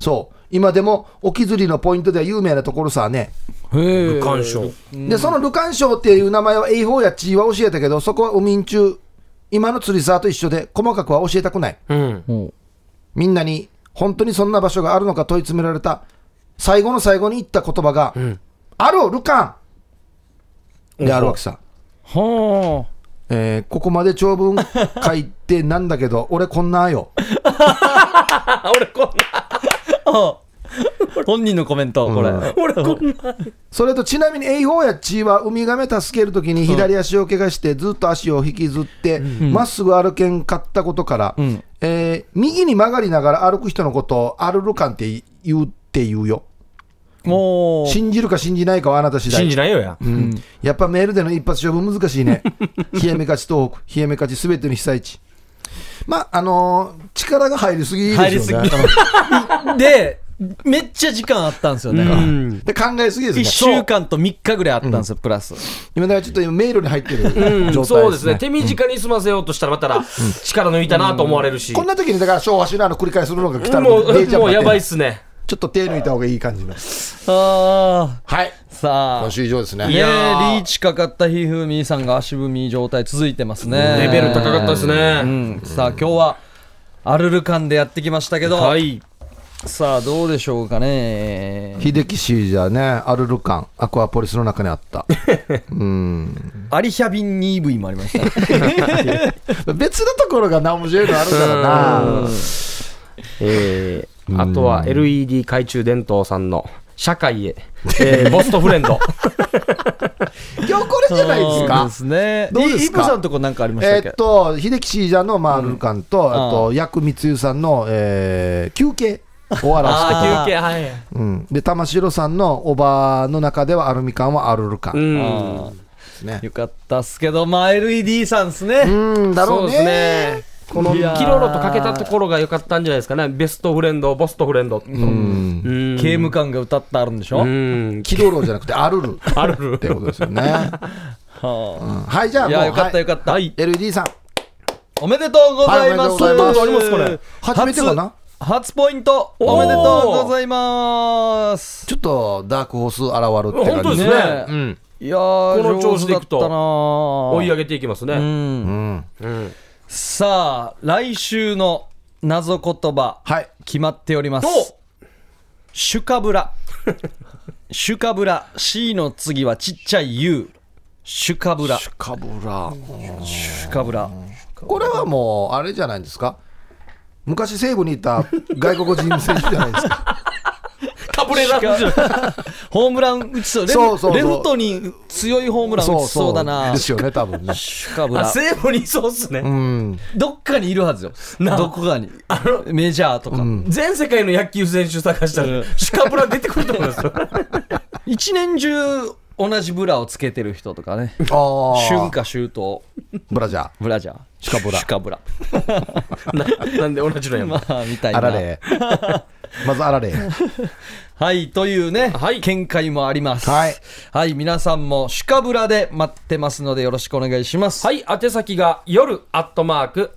S3: そう、今でも沖釣りのポイントでは有名なところさね。
S1: へえ
S2: 不。干渉。
S3: で、そのルカンショウっていう名前は、えいほうやっちは教えたけど、そこはウミンチュ今の釣りさと一緒で、細かくは教えたくない。
S2: うん。
S1: お
S3: みんなに本当にそんな場所があるのか問い詰められた最後の最後に言った言葉が、
S2: ん
S3: あるルカンであるわけさ、
S1: は
S3: えーここまで長文書いてなんだけど俺こんなよ
S2: あ、俺こんな。
S1: あ。本人のコメント、これ。
S3: うん
S2: 俺こんな。
S3: それとちなみにエイホーやチーはウミガメ助けるときに左足を怪我してずっと足を引きずってま、っすぐ歩けんかったことから、
S1: うん
S3: えー右に曲がりながら歩く人のことをアルルカンって言うって言うよ
S1: もう。
S3: 信じるか信じないかはあなた次第
S2: 信じないよや。
S3: うんやっぱメールでの一発勝負難しいね。冷え目勝ち東北、冷え目勝ちすべての被災地。まあ、あのー力が入りすぎですよね。
S1: 入りすぎ。で、めっちゃ時間あったんですよね。
S2: うん。
S3: で考えすぎです
S1: 1
S3: ね。
S1: 週間と3日ぐらいあったんですよ、プラス。
S3: 今だからちょっと今迷路に入ってる状態です、ね
S2: そうですね。手短に済ませようとしたら、またら、力抜いたなと思われるし。
S3: こんな時にだから昭和しのあの繰り返するのが来たら
S2: も
S3: もうデイ
S2: う、
S3: ジャン
S2: も
S3: に
S2: うや
S3: なって
S2: ばい
S3: る
S2: っすね。
S3: ちょっと手抜いた方がいい感じの。
S1: ああ。
S3: はい。
S1: さあ
S3: 今。週以上です
S1: ね
S3: ね。
S1: リ
S2: やー
S1: ーチかかったひふみさんが足踏み状態続いてますね
S2: レベル高かったですね
S1: うん、さあ今日はアルルカンでやってきましたけど、
S2: い。
S1: さあどうでしょうかね
S3: 秀樹氏じゃね、アルルカン、アクアポリスの中にあった。
S1: アリヒャビン 2V もありましたね
S3: [laughs] [laughs] 別のところがな、面白いのあるからな。
S2: えー、あとは LED 懐中電灯さんの、社会へ、えー、ボストフレン [laughs] ド。
S3: 今日これじゃないです
S1: そう
S3: か
S1: で。すね
S3: どうですか
S1: イイブさんとこなんかありました
S3: え
S1: っけ、
S3: ーっと、秀樹シージャーのまあルカンと、
S1: ん
S3: あと、ヤクミツユさんの、えー休憩を表して
S1: あー
S3: た。
S2: 休憩、はい。
S3: うん、で、玉城さんのおばの中ではアルミカンはアルルカ
S2: う
S3: ン
S2: ん。
S3: ですね。
S1: よかったっすけどまあ LED さんっすね、
S3: うん、だろう
S2: そうです
S3: ね。
S2: ね。
S1: この
S2: いやーキロロとかけたところが良かったんじゃないですかね。ベストフレンド、ボストフレンド。
S3: うん。
S2: うん
S1: 刑務官が歌ったあるんでしょ、
S2: うん。
S3: キドロじゃなくてアルルっ
S2: ある
S3: てことですよね。
S1: は
S3: うんはい、じゃ
S1: あ、
S3: あ
S1: い
S3: もう、
S1: やよかったよ
S3: はい
S1: かった、
S3: LED さん。
S1: おめでとうございます、
S3: はい
S2: ますそうい
S3: おめでとうござい
S2: うことあり
S3: ますこれ初めてかな
S1: 初ポイント
S2: おー
S1: おめでとうございます
S3: ちょっとダークホース現るって
S2: 本当で
S3: 感じ
S2: す
S1: ね
S2: ね。
S1: え
S2: うん
S1: いやー
S2: この調子でいくと
S1: 上手だったなー
S2: 追い上げていきます
S1: う
S2: ね。
S1: ん
S3: うん。
S2: うん。
S1: さあ来週の謎言葉
S3: はい。
S1: 決まっております
S2: お
S1: シュカブラシュカブラ C の次はちっちゃい U シュカブラ
S3: シュカブラ。
S1: シュカブラ
S3: これはもう、あれじゃな
S1: [laughs]
S3: いですか。昔西部にいた外国人選手じゃないですか。
S2: かブレラ
S1: しか [laughs] ホームラン打ちそうレフ
S3: そうそうそう
S1: レフトに強いホームラン打ちそうだな
S3: ですよね、
S1: [laughs]
S3: 多分ね。
S1: シュカブ
S2: あ
S1: ラ
S2: 西武にそうっすね、
S3: うん。
S1: どっかにいるはずよ
S2: なあ
S1: どこかにメジャーとか、
S2: 全世界の野球選手探したら、シカブラ出てくると思い [laughs] ますよ。
S1: 一年中同じブラをつけてる人とかね
S3: ああ。
S1: 春夏秋冬
S3: ブラジャー。
S1: ブラジャーシュカブラシュカブラ [laughs]
S2: ななんで同じのやん。
S1: まあみたい
S3: あら
S1: な [laughs]
S3: れ。まずあられ。
S1: はいというね、
S2: はい
S1: 見解もあります
S3: はい、
S1: はい皆さんもシュカブラで待ってますのでよろしくお願いします
S2: はい、宛先が夜アットマーク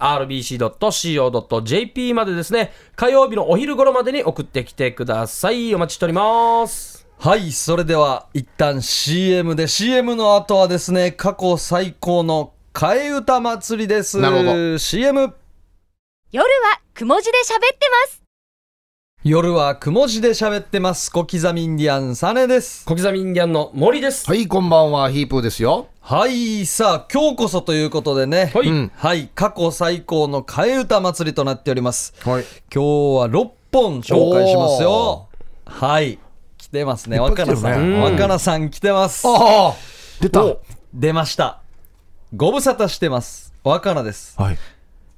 S2: RBC.CO.JP までですね、火曜日のお昼頃までに送ってきてください。お待ちしております。
S1: はい、それでは一旦 CM で CM の後はですね過去最高の替え歌祭りです
S3: なるほど
S1: CM
S4: 夜はくも字で喋ってます。
S1: 夜はくも字で喋ってます小刻みインディアンサネです
S2: 小刻みインディアンの森です。
S3: はい、こんばんは、ヒープーですよ。
S1: はいさあ今日こそということでね
S2: はい
S1: うんはい過去最高の替え歌祭りとなっております
S3: はい。
S1: 今日は6本紹介しますよはい来てますね
S3: いっぱい来て
S1: 若
S3: るね
S1: 菜さん、
S3: うん
S1: 若菜さん来てます
S3: ああ出た
S1: お出ましたご無沙汰してます若菜です
S3: はい。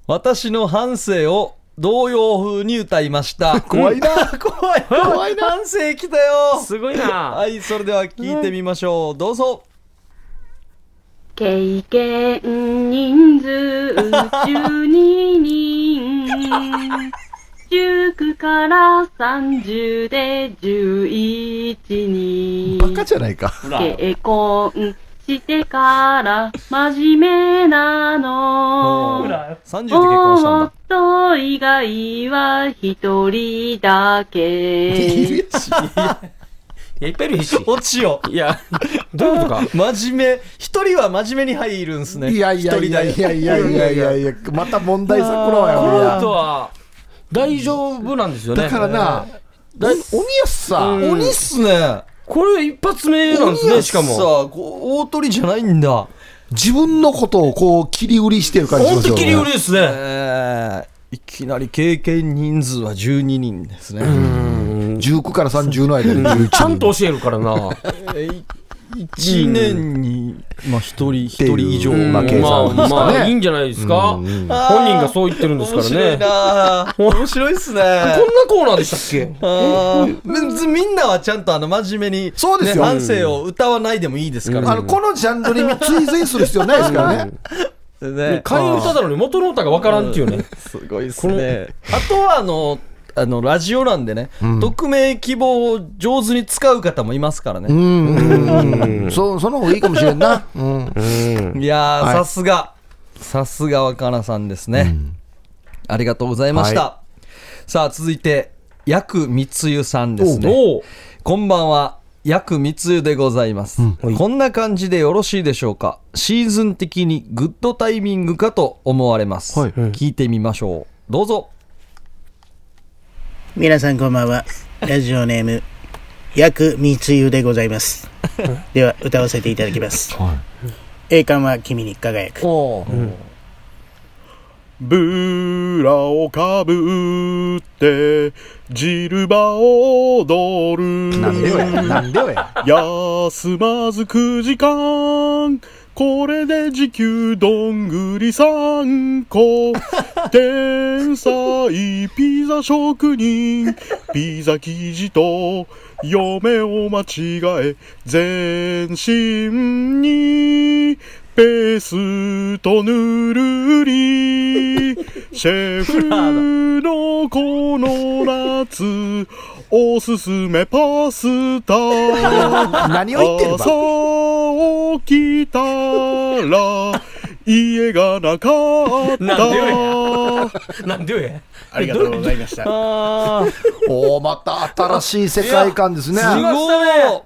S1: 私の半生を童謡風に歌いました。
S3: [laughs] 怖いな
S1: うん。怖い。怖いな。半生来たよ。
S2: すごいな
S1: は。い、それでは聞いてみましょう。どうぞ。
S5: 経験人数12人19から30で11
S3: バカ
S5: 人
S3: じゃないか。
S5: 結婚してから真面目なの
S1: 三十で結婚したんだ。
S5: 夫以外は一人だ
S3: [laughs]
S5: け
S2: いや、いっぱいいるし。
S1: 落ちよ。
S2: いや、どういうことか。
S1: 真面目。一人は真面目に入るんすね。
S3: いやいやいやいやいやいやいやいや、また問題作ろ
S2: こ
S3: うよ。
S2: の人は大丈夫なんですよね。
S3: だからな、お鬼やすさ。
S1: 鬼っすね。
S2: これ一発目なんですね、しか
S1: さ
S2: も。
S1: あ、こう大鳥じゃないんだ。
S3: 自分のことをこう切り売りしてる感じし
S2: 本
S3: ます
S2: 当
S3: よね。
S2: 切り売りですね。
S1: えー、いきなり経験人数は12人ですね。
S3: 19から30の間で11
S2: ちゃんと教えるからな。
S1: 1年に、まあ、1人、1人以上
S3: うんまあ計
S2: ま
S3: 算
S2: あ
S3: ですかね
S2: まあいいんじゃないですか。本人がそう言ってるんですか
S1: 面白
S2: ら
S1: い
S2: ね。
S1: なあ面白いっすね
S2: こんなコーナーでしたっけ
S1: あーみみんなはちゃんとあの真面目に
S3: そうですよ
S1: ね、反省を歌わないでもいいですから、
S3: あの、このジャンルに追随する必要ないですからね。
S1: ね
S2: 替え歌だのに元の歌がわからんっていうね。
S1: すごいっすねあとはあのあのラジオなんでね、匿名希望を上手に使う方もいますからね、
S3: うん。そその方がいいかもしれんな。うん。
S1: いやー、
S3: はい
S1: さすがさすが若菜さんですね、ありがとうございました、
S3: は
S1: さあ続いてヤクミツユさんですね
S2: おう
S1: こんばんは。薬密輸でございます、こんな感じでよろしいでしょうかシーズン的にグッドタイミングかと思われます、
S3: はい
S1: 聞いてみましょうどうぞ
S6: 皆さんこんばんは。ラジオネーム、薬密輸でござい [laughs] ます。では、歌わせていただきます。栄冠は君に輝く。
S7: ブラをかぶってジルバを踊る
S3: なんでよや。なんでよや。
S7: [laughs] 休まず9時間これで時給どんぐり3個天才ピザ職人ピザ生地と嫁を間違え全身にペーストぬるりシェフのこの夏おすすめパスタ
S3: 何を言ってるば。
S7: 朝起きたら家がなかっ
S2: なんで
S7: た
S2: なんでよや。
S6: ありがとうございました。
S3: おお、また新しい世界観ですね。
S1: す
S2: や
S1: ごい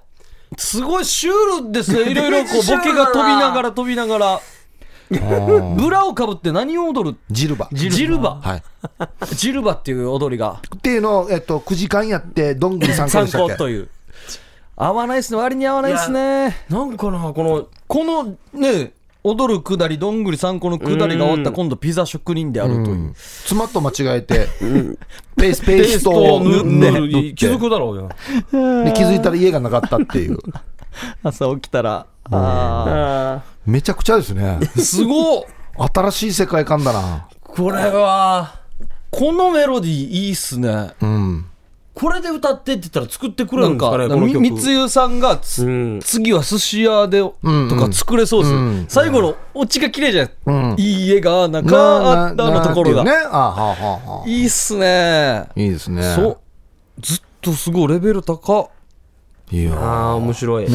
S1: すごいシュールです
S3: [laughs]
S1: ねいろいろこうボケが飛びながら飛びながらブラをかぶって何を踊る
S3: ジルバ。
S1: ジルバ
S3: はい。
S1: [laughs] ジルバっていう踊りが
S3: っていうのを、えっと、9時間やって、どんぐり参加
S1: 参
S3: でしたっ
S1: 考
S3: け
S1: という合わないですね割に合わないですね
S2: なんかな、この、
S1: このね踊るくだりどんぐり3個のくだりが終わった
S2: うん
S1: 今度ピザ職人であるという、
S3: 妻と間違えて、ペースペ
S1: ペ
S3: ー
S1: ース
S3: ス
S1: ト
S3: ト
S1: を
S3: を
S1: 塗って
S3: 塗って
S2: 気づくだろうよ。
S3: で気づいたら家がなかったっていう。
S1: 朝起きたらあ
S2: あ
S3: めちゃくちゃですね。
S1: ーすごっ
S3: 新しい世界観だな。
S2: これは、
S1: このメロディーいいっすね
S3: うん。
S2: これで歌ってって言ったら作ってくれ
S1: な
S2: る
S1: ん
S2: んです
S1: か
S2: かね、この
S1: み
S2: 曲。
S1: 三ゆさんがつ、
S2: うん。
S1: 次は寿司屋でと
S3: うん
S1: か作れそうです、
S3: うん
S1: 最後のオチが綺麗じゃない、
S3: うん
S1: いい絵がなかあったのところが、
S3: なななっていうね。あはあはあはい
S1: いっすね
S3: あいいですね。
S1: そう。ずっとすごいレベル高
S3: いや
S2: ああ、面白い。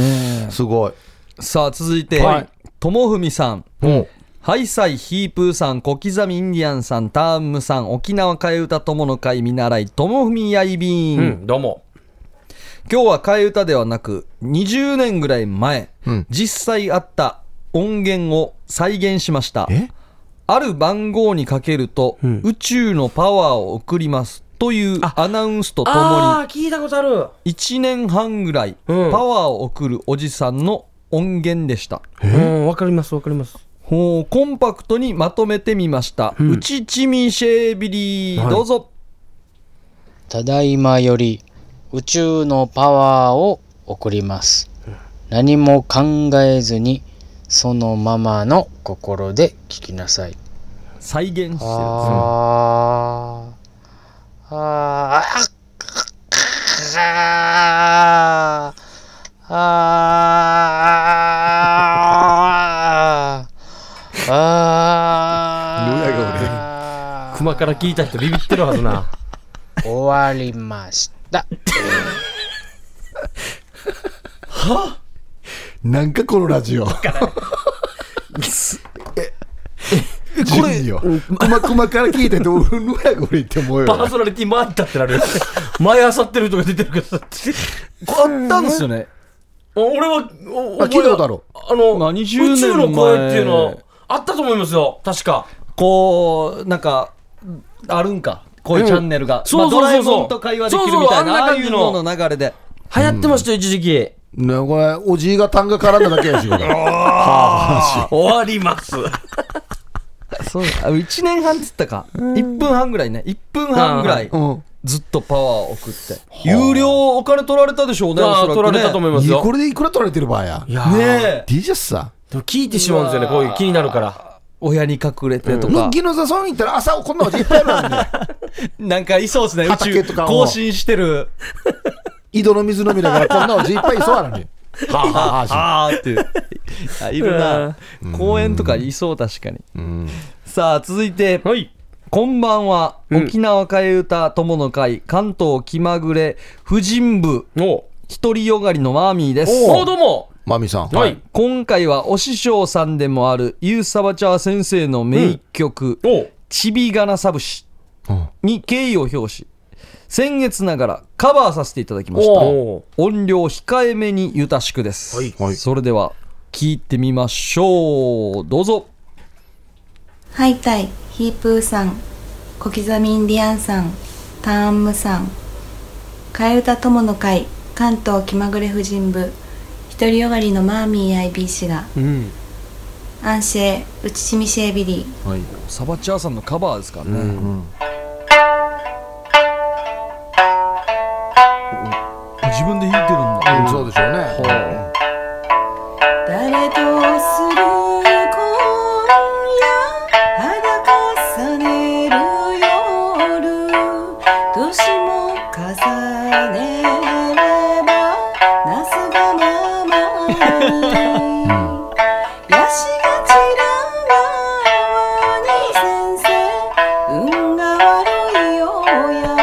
S3: すごい。
S1: さあ続いて
S3: はい
S1: ともふみさん
S3: うん。
S1: ハイサイヒープーさん小刻みインディアンさんターンムさん沖縄替え歌友の会見習いともふみやいびん、
S2: うん、どうも。
S1: 今日は替え歌ではなく20年ぐらい前、
S3: うん
S1: 実際あった音源を再現しました
S3: え
S1: ある番号にかけると、宇宙のパワーを送りますというアナウンスととも
S2: ああ、聞いたことある。
S1: に1年半ぐらい、
S2: うん
S1: パワーを送るおじさんの音源でした
S2: うん、わかります、わかります。
S1: ほうコンパクトにまとめてみました、うちちみシェービリー、どうぞ
S8: ただいまより宇宙のパワーを送ります。何も考えずにそのままの心で聞きなさい。
S1: 再現してる
S8: あーあーあーあーあーあー
S2: 熊から聞いた人ビビってるはずな。
S8: 終わりました。
S3: なんかこのラジオ。え、えこれよ。くまくまから聞いてどうるのやこれって思う
S2: パー
S3: よ。
S2: ソナリティ回ったってな [laughs] る。前あさってるとか出てるけど。 [laughs]
S1: あったんですよね
S2: 俺は、お
S3: あ、聞いたことある。
S2: あの、
S1: まあ20年前
S2: 宇宙の声っていうのはあったと思いますよ、確か。
S1: こうなんかあるんかこういうチャンネルが、
S2: そうそうそうそう
S1: まあドラえもんと会話できるみたいな
S2: そうそうあんな
S1: ああ
S2: 感
S1: い
S2: じ
S1: う
S2: の
S1: のの流れで
S2: 流行ってましたよ、一時期。
S3: ね、これ、おじいが単が絡んだだけやし、これ。
S2: 終わります。
S1: そうあ1年半っつったか1分半ぐらいね1分半ぐらい
S3: うん。
S1: ずっとパワー送って有料お金取られたでしょうね
S2: まあ
S1: おそらくね
S2: 取られたと思い
S1: い
S2: ます
S3: いや
S2: よ。
S3: これでいくら取られてる場合や。
S2: やー
S1: ねえ
S3: DJ さ。
S2: でも聞いてしまうんですよね、こういう気になるから。
S1: 親に隠れてと
S3: ム
S1: か
S3: ッ、キーの座そう行ったら朝こんなおじいっぱいあるんで。
S1: なんかいそうですね宇
S3: 畑
S1: 宙
S3: とかを
S1: 更新してる
S3: 井戸の水飲みながらこんなおじいっぱいいそうなのに。はあはあはあ
S1: あーっていう [laughs] あいるな公園とかいそう確かにさあ続いて
S2: はい。
S1: こんばんは、
S2: うん
S1: 沖縄替え歌友の会関東気まぐれ婦人部
S2: おう
S1: 独りよがりのマーミーです
S2: おうどうも。
S3: マミさん。
S2: はい。
S1: 今回はお師匠さんでもあるユーサバチャー先生の名曲
S2: おう
S1: 「ちびがなさぶし
S3: うん」
S1: に敬意を表し先月ながらカバーさせていただきました
S2: おう
S1: 音量控えめにゆたしくです、
S3: はいはい
S1: それでは聞いてみましょうどうぞ
S9: ハイタイ、ヒープーさん、小刻みインディアンさん、ターンムさん、替え歌友の会、関東気まぐれ婦人部、独りよがりのマーミー IB 氏が、
S2: うん。
S9: アンシェイ、ウチシミシェイビリー、
S3: はい。
S1: サバチャーさんのカバーですからね、自分で弾いてるんだ
S3: そうでしょうね。
S9: 誰とする今夜裸重ねる夜年も重ねればなすがままにヤシが散ら川に先生運が悪いようや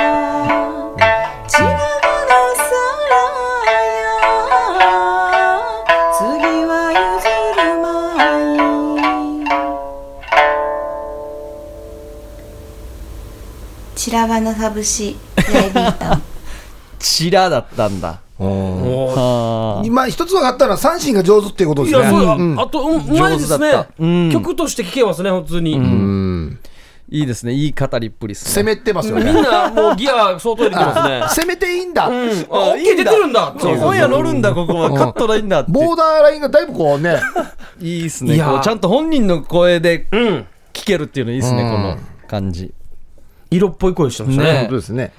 S9: 散らばなさらや次は譲るまい散らばなさぶしやいびーたん
S1: チラだったんだ
S2: おう
S1: あ
S3: 今一つ分かったのは三振が上手っていうことで
S2: い
S3: すね。
S2: や、そうだ。
S3: ん
S2: あと、うまいで
S1: 上手
S2: す
S1: だ
S2: ね
S1: ったうん。
S2: 曲として聴けますね、普通に。
S3: うん。
S1: いいですね。いい語りっぷりっすね。
S3: 攻めてますよ
S2: み
S3: ね
S2: んなもうギア相当入れてますね
S3: あ [laughs] 攻めていいんだ、
S2: うんあ OK 出てるんだって
S1: そ、
S2: いうう
S1: 今夜乗るんだ、ここは。カットないんだって。
S3: ボーダーラインがだいぶこうね
S1: いいっすね。
S2: いやー
S1: こうちゃんと本人の声で
S2: うん
S1: 聞けるっていうのいいっすね、
S3: うん
S1: この感じ。
S2: 色っぽい声してました
S1: ね
S2: ね
S3: 本当ですね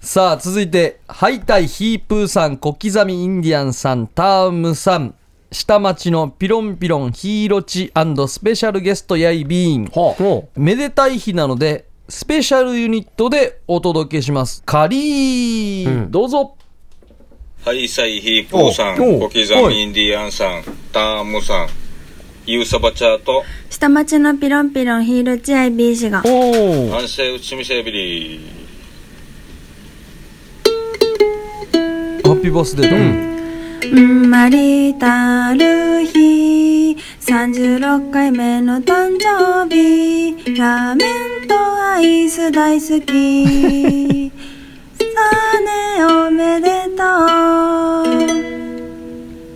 S1: さあ、続いて、ハイタイヒープーさん、小刻みインディアンさん、タームさん、下町のピロンピロンヒーロチスペシャルゲストやいビーン。
S3: ほう
S1: めでたい日なので、スペシャルユニットでお届けします。カリー、どうぞ。
S10: ハイサイヒープーさん、
S2: おう
S10: 小刻みインディアンさん、タームさん、ユーサバチャーと、
S9: 下町のピロンピロンヒールチアイビーシが
S10: 反省打ち見せビリー。
S1: ハッピーバースデーと。
S9: 生まれたる日36回目の誕生日ラーメンとアイス大好きさあねおめでと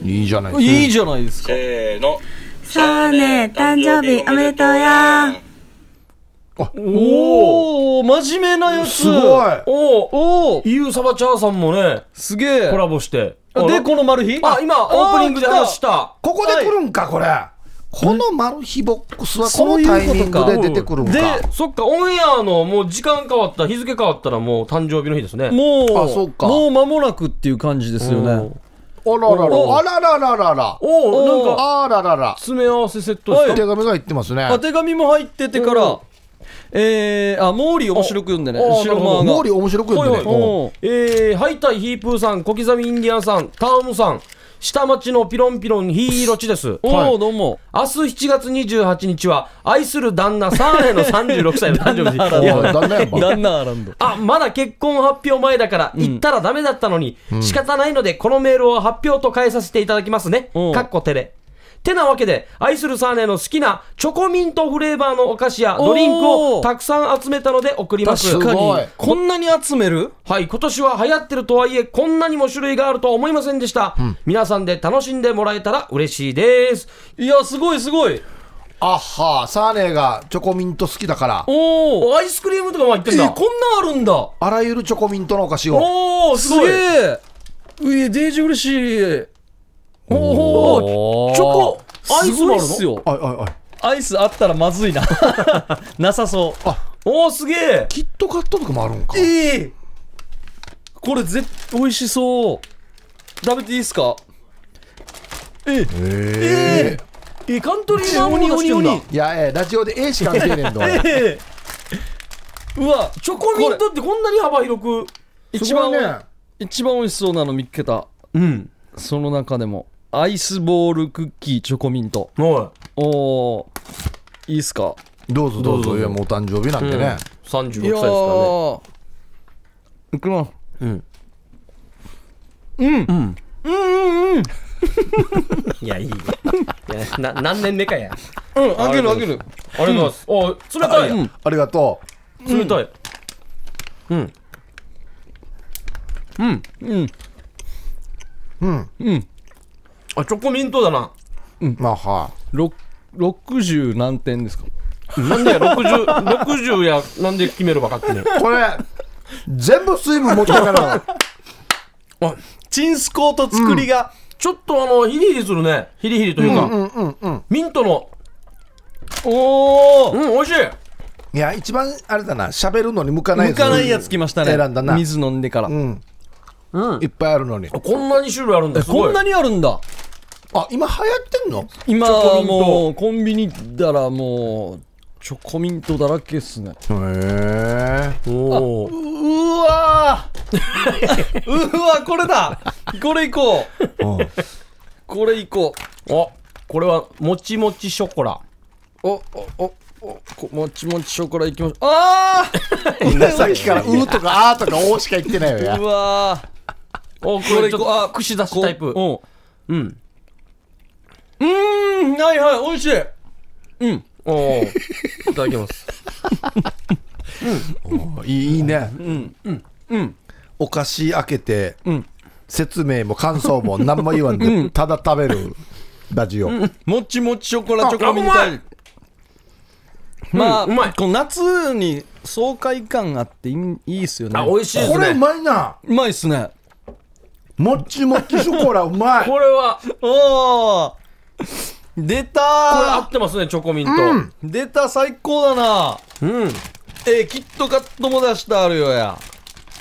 S9: う
S3: いいじゃない
S1: いいじゃないですか。
S10: せーの。
S9: さあね誕生日おめでとうや
S1: おお真面目なやつ。
S3: すごい
S2: おお
S1: おお
S2: ゆうさばちゃーさんもね
S1: すげえ
S2: コ。ラボしてあ
S1: で、このマルヒ
S2: あ今オープニングで話した
S3: ここで来るんかこれこのマル秘ボックスはこのタイミングで出てくるんか
S2: でそっかオンエアのもう時間変わった日付変わったらもう誕生日の日ですね
S1: もう、
S3: あそうか
S1: もう間もなくっていう感じですよね。
S3: あらら
S1: お
S3: らあららららら
S2: おおなんか
S3: あららら
S2: 詰め合わせセット
S3: ら
S2: で
S3: 手
S2: すか
S3: 紙が言ってますね
S1: あ、手紙も入っててから、
S2: うん
S1: えー、あ、モーリー面白く読んでね、
S2: おお
S1: 後ろ側
S3: 毛
S1: が。
S3: 利面白く
S2: はいは
S3: 読
S2: い
S3: んでね
S1: おう
S2: えー、ハイタイヒープーさん小刻みインディアンさんタームさん下町のピロンピロンヒーロチです
S1: おお、
S2: はい
S1: どうも。
S2: 明日7月28日は愛する旦那サーレの36歳の誕生
S1: [laughs]
S2: 日です
S3: お
S2: いや
S3: いだね
S1: ランナーアランド。
S2: あまだ結婚発表前だから言ったらダメだったのに、仕方ないのでこのメールを発表と変えさせていただきますね
S1: うん
S2: かっこテレてなわけで愛するサーネの好きなチョコミントフレーバーのお菓子やドリンク
S1: お
S2: を
S1: ー
S2: たくさん集めたので送ります
S1: 確かに
S3: すごい、
S1: こんなに集める
S2: はい、今年は流行ってるとはいえ、こんなにも種類があるとは思いませんでした。皆さんで楽しんでもらえたら嬉しいです。
S1: いや、すごいすごい。
S3: あっはサーネがチョコミント好きだから
S1: おお。
S2: おアイスクリームとかも入って
S1: え
S2: んだ。
S1: こんなんあるんだ。
S3: あらゆるチョコミントのお菓子を
S1: おお、す
S2: ごい
S1: げえ。うえ、デージ嬉しい。おお、チョコ、アイスもあるのすよ。
S3: あいあいあい
S1: アイスあったらまずいな。 [laughs] なさそう。
S2: おお、すげえ。
S3: キットカットとかもあるんか
S1: ええこれ絶美味しそう食べていいですかえええええカントリーマーモニ鬼鬼鬼
S3: いやえーラジオで A しか出ねえねんど俺
S1: ええうわ
S2: チョコミント [laughs] ってこんなに幅広く。
S1: 一
S3: すご
S1: 番、
S3: いね
S1: 一番美味しそうなの見っけた
S2: うん。
S1: その中でもアイスボールクッキーチョコミント
S2: は
S1: おーいいっすか
S3: どうぞどうぞいやもうお誕生日なんでね
S2: い。三十
S1: い
S2: 六
S1: や
S2: 歳ですからね。
S1: ーいくな
S2: うん。
S1: うん
S2: うん。
S1: うんうんうん
S2: いや、いい。いや、な、何年目かや。
S1: うん開ける開ける
S2: ありがとうございます。おー冷たい。
S1: うん
S3: ありがと
S2: 冷たい。うん。うん。
S1: うん
S3: ううん
S2: あ、チョコミントだな。
S3: まあは
S1: ろ60何点ですか
S2: なんでや、60、60や、なんで決めるばかってね。
S3: いこれ全部水分持ってから
S1: チンスコート作りが、
S2: ちょっとあの、ヒリヒリするね。ヒリヒリというか、
S3: うんうんうん
S2: ミントの、
S1: おお
S2: うん、美味しい。
S3: いや一番あれだな喋るのに向かない
S1: 向かないやつきましたね
S3: 選んだな
S1: 水飲んでから、
S3: うん
S2: うん
S3: い。っぱいあるのに
S2: こんなに種類あるんだ、すごい。
S1: こんなにあるんだ
S3: あ今流行ってんの
S1: 今
S2: チョコミント
S1: もうコンビニだらもうチョコミントだらけっすね
S3: へえ
S2: おー
S1: うーわーうーわこれだこれいこうこれいこ
S2: あ、これは、もちもちショコラ。
S1: うおおおおこもちもちショコラいきましょうあ
S3: さっき [laughs] から「う」とか「あ」とか「お」しか言ってないよ
S1: あ
S3: や
S1: うわー
S2: お、これちょっと、串出すタイプ。
S1: うん
S2: うん。
S1: うーん、はいはい、美味しい。うん。
S2: おーいただきます。
S3: いいね
S1: んうん
S3: お菓子開けて
S1: うん
S3: 説明も感想 [laughs] も何も言わんでただ食べるラジオ
S1: もちもちショコラチョコミン
S2: あうま
S1: タ
S2: い
S1: イ。まあ、うまいこの夏に爽快感があっていいいいっすよね
S2: [laughs] あ美味しいっすね
S3: これうまいな
S1: うまいっすね
S3: もっちもっちショコラうまい
S2: これは
S1: おー出た
S2: これ合
S1: ー
S2: ってますねチョコミント
S3: うん
S1: 出た最高だな
S2: うん、
S1: えー、キットカットも出してあるよや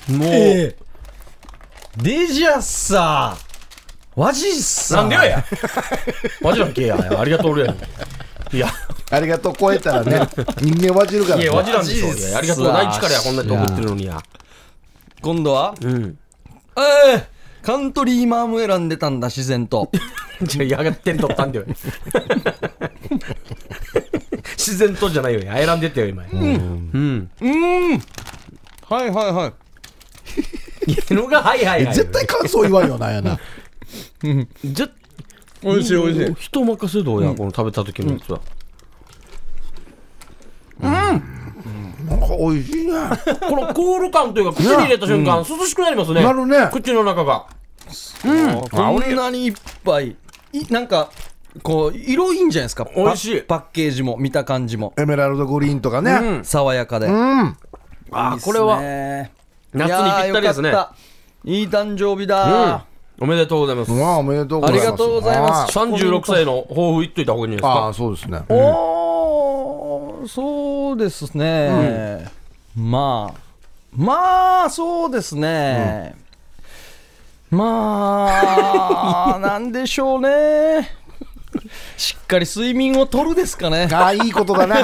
S2: もう、
S1: えー、デジャッサーわじっさ
S2: なんでよ [laughs] やマジラッキーやありがとう俺やいや
S3: ありがとう超えたらね人間わじるから
S2: い
S3: ね
S2: やわじらんでしょ
S1: マジっす
S2: いやありがとうない力やこんなに怒ってるのにや
S1: 今度は
S2: うん
S1: ええカントリーマーム選んでたんだ自然
S2: [laughs]
S1: と
S2: じゃあやが点取った [laughs] んだよ自然とじゃないよ選んでったよ今うん、うん、
S1: うーんはいはいはい
S2: のがはいはい
S3: え
S2: はい
S3: 絶対感想言わんよなやな
S2: 絶
S1: 美味しい美味しい
S2: 人任せどうや、この食べた時のやつは、
S3: なんか美味しいね
S2: このコール感というか口に入れた瞬間、涼しくなりますね
S3: なるね
S2: 口の中が
S1: こんなにいっぱいいなんかこう色いいんじゃないですか
S2: 美味しい
S1: パパッケージも見た感じも
S3: エメラルドグリーンとかね
S1: 爽やかで、
S3: うん
S2: あーこれは夏に
S1: いやー
S2: ぴったりですね
S1: よかったいい誕生日だ、
S2: おめでとうございます
S3: うわおめでとうござ
S1: あ
S3: い
S1: り
S3: ます
S1: がとうございます
S2: 36歳の抱負言っといた方がいいんじゃ
S3: あ
S2: ない
S3: あそうですね
S1: おーそうですね、まあまあそうですね、まあなんでしょうねしっかり睡眠をとるですかね
S3: ああいいことだない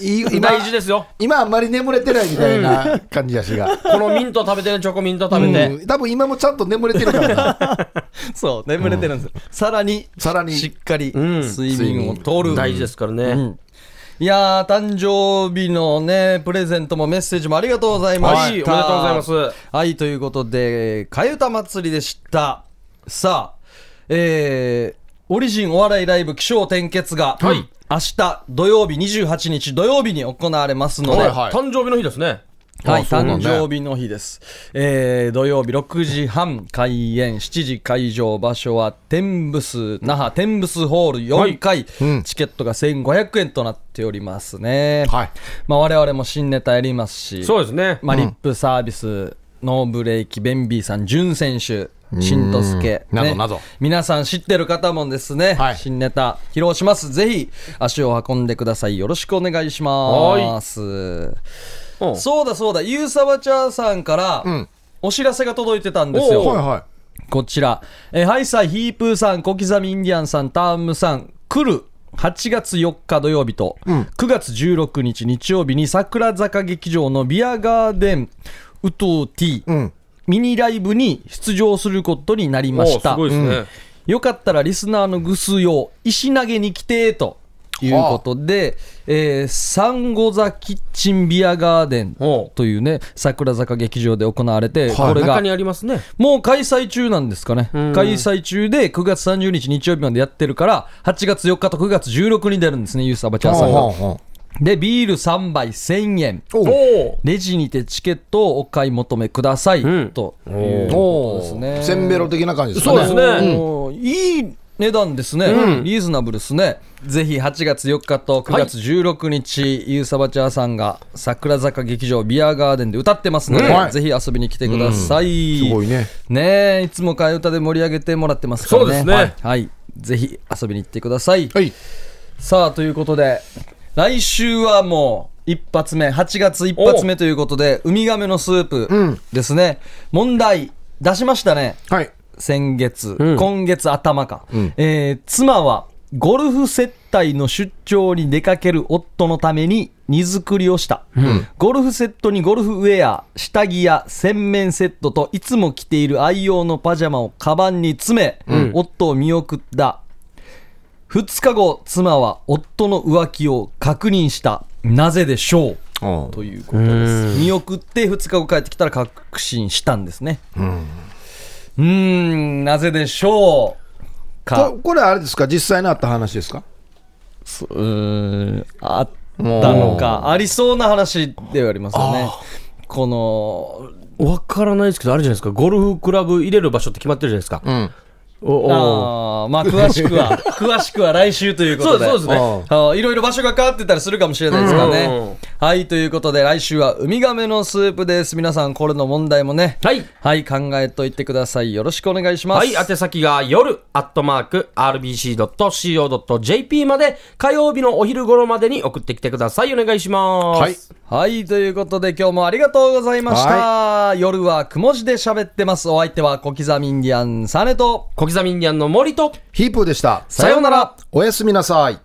S3: い
S2: ですか
S3: 今
S2: 大事ですよ
S3: 今あんまり眠れてないみたいな感じやしが
S2: このミント食べてねチョコミント食べて、
S3: うん多分今もちゃんと眠れてるからな
S1: そう眠れてるんですよ、さらに
S3: さらに
S1: しっかり
S2: ん
S1: 睡眠をとる、
S2: 大事ですからね、
S1: うんいやー誕生日のねプレゼントもメッセージもありがとうございました、
S2: はいおめでとうございます
S1: はいということで替え歌祭りでしたさあえー、オリジンお笑いライブ起承転結が、
S2: はい
S1: 明日土曜日28日土曜日に行われますので、
S3: はいはい
S2: 誕生日の日ですね
S1: はい、
S3: あそう
S1: 誕
S3: だね
S1: 生日の日です。えー、土曜日6時半開演、7時会場、場所は天ブス、那覇天ブスホール4階、
S3: うん
S1: チケットが1500円となっておりますね。
S3: はい
S1: まあ、我々も新ネタやりますし、
S2: そうですね、
S1: まあ、リップサービス、ノーブレーキ、ベンビーさん、ジュン選手、しんとすけ、
S3: うんなど
S1: ね
S3: など
S1: 皆さん知ってる方もですね、
S3: はい
S1: 新ネタ披露します。ぜひ、足を運んでください。よろしくお願いします。
S2: うん
S1: そうだそうだ、ゆうさばちゃーさんから、
S3: ん
S1: お知らせが届いてたんです
S2: おう
S1: よ。
S3: はいは
S1: こちら。えーハイサイ、ヒープーさん、小刻みインディアンさん、タームさん、来る。8月4日土曜日と、9月16日日曜日に桜坂劇場のビアガーデンウトーティ
S3: いうん
S1: ミニライブに出場することになりました。
S2: おすごいですね、
S1: よかったらリスナーのぐすよ、石投げに来て、ということで、えーサンゴザキッチンビアガーデン
S2: お
S1: というね、桜坂劇場で行われて、
S3: はい
S1: これ
S2: 中
S1: が
S2: にありますね
S1: もう開催中なんですかね。
S2: ん
S1: 開催中で9月30日日曜日までやってるから、8月4日と9月16日に出るんですね、ユースアバチャーさんが。
S3: おう
S1: で、ビール3杯1000円。
S3: おう
S2: おお
S1: レジにてチケットをお買い求めください、
S2: うん
S1: ということですね。
S3: せんべろ的な感じですか
S2: そうですね
S1: おーいい値段ですね、リーズナブルですねぜひ8月4日と9月16日、ゆうさばちゃーさんが桜坂劇場ビアガーデンで歌ってますので、
S3: うんはい
S1: ぜひ遊びに来てください、
S3: すごいね
S1: ねえいつも替え歌で盛り上げてもらってますからね
S2: そうですね
S1: はい、はいぜひ遊びに行ってください、
S3: はい
S1: さあということで来週はもう一発目8月一発目ということでウミガメのスープ
S3: ん
S1: ですね、問題出しましたね
S3: はい
S1: 先月、
S2: ん
S1: 今月頭か、
S3: ん
S1: えー妻はゴルフ接待の出張に出かける夫のために荷造りをした、ゴルフセットにゴルフウェア下着や洗面セットといつも着ている愛用のパジャマをカバンに詰め、夫を見送った2日後妻は夫の浮気を確認したなぜでしょう
S3: おう
S1: ということです見送って2日後帰ってきたら確信したんですねうんーんなぜでしょうか
S3: ここれあれですか実際にあった話ですか
S1: うーんあったのかありそうな話ではありますよねこの
S2: わからないですけどあるじゃないですかゴルフクラブ入れる場所って決まってるじゃないですか、
S3: ん
S1: あーまあ詳しく
S2: [laughs]
S1: は詳しくは来週ということで
S2: そうですそうですね
S1: あーいろいろ場所が変わってたりするかもしれないですからね、
S2: うん
S1: はいということで来週はウミガメのスープです皆さんこれの問題もね
S2: はい、
S1: 考えといてくださいよろしくお願いします
S2: はい、宛先が夜アットマーク RBC.CO.JP まで火曜日のお昼頃までに送ってきてください。お願いします。
S1: はい。はい、ということで今日もありがとうございました。夜はくも字で喋ってます。お相手は小刻みインディアンサネと
S2: 小刻みインディアンの森と
S3: ヒープーでした。
S1: さようなら。
S3: おやすみなさい。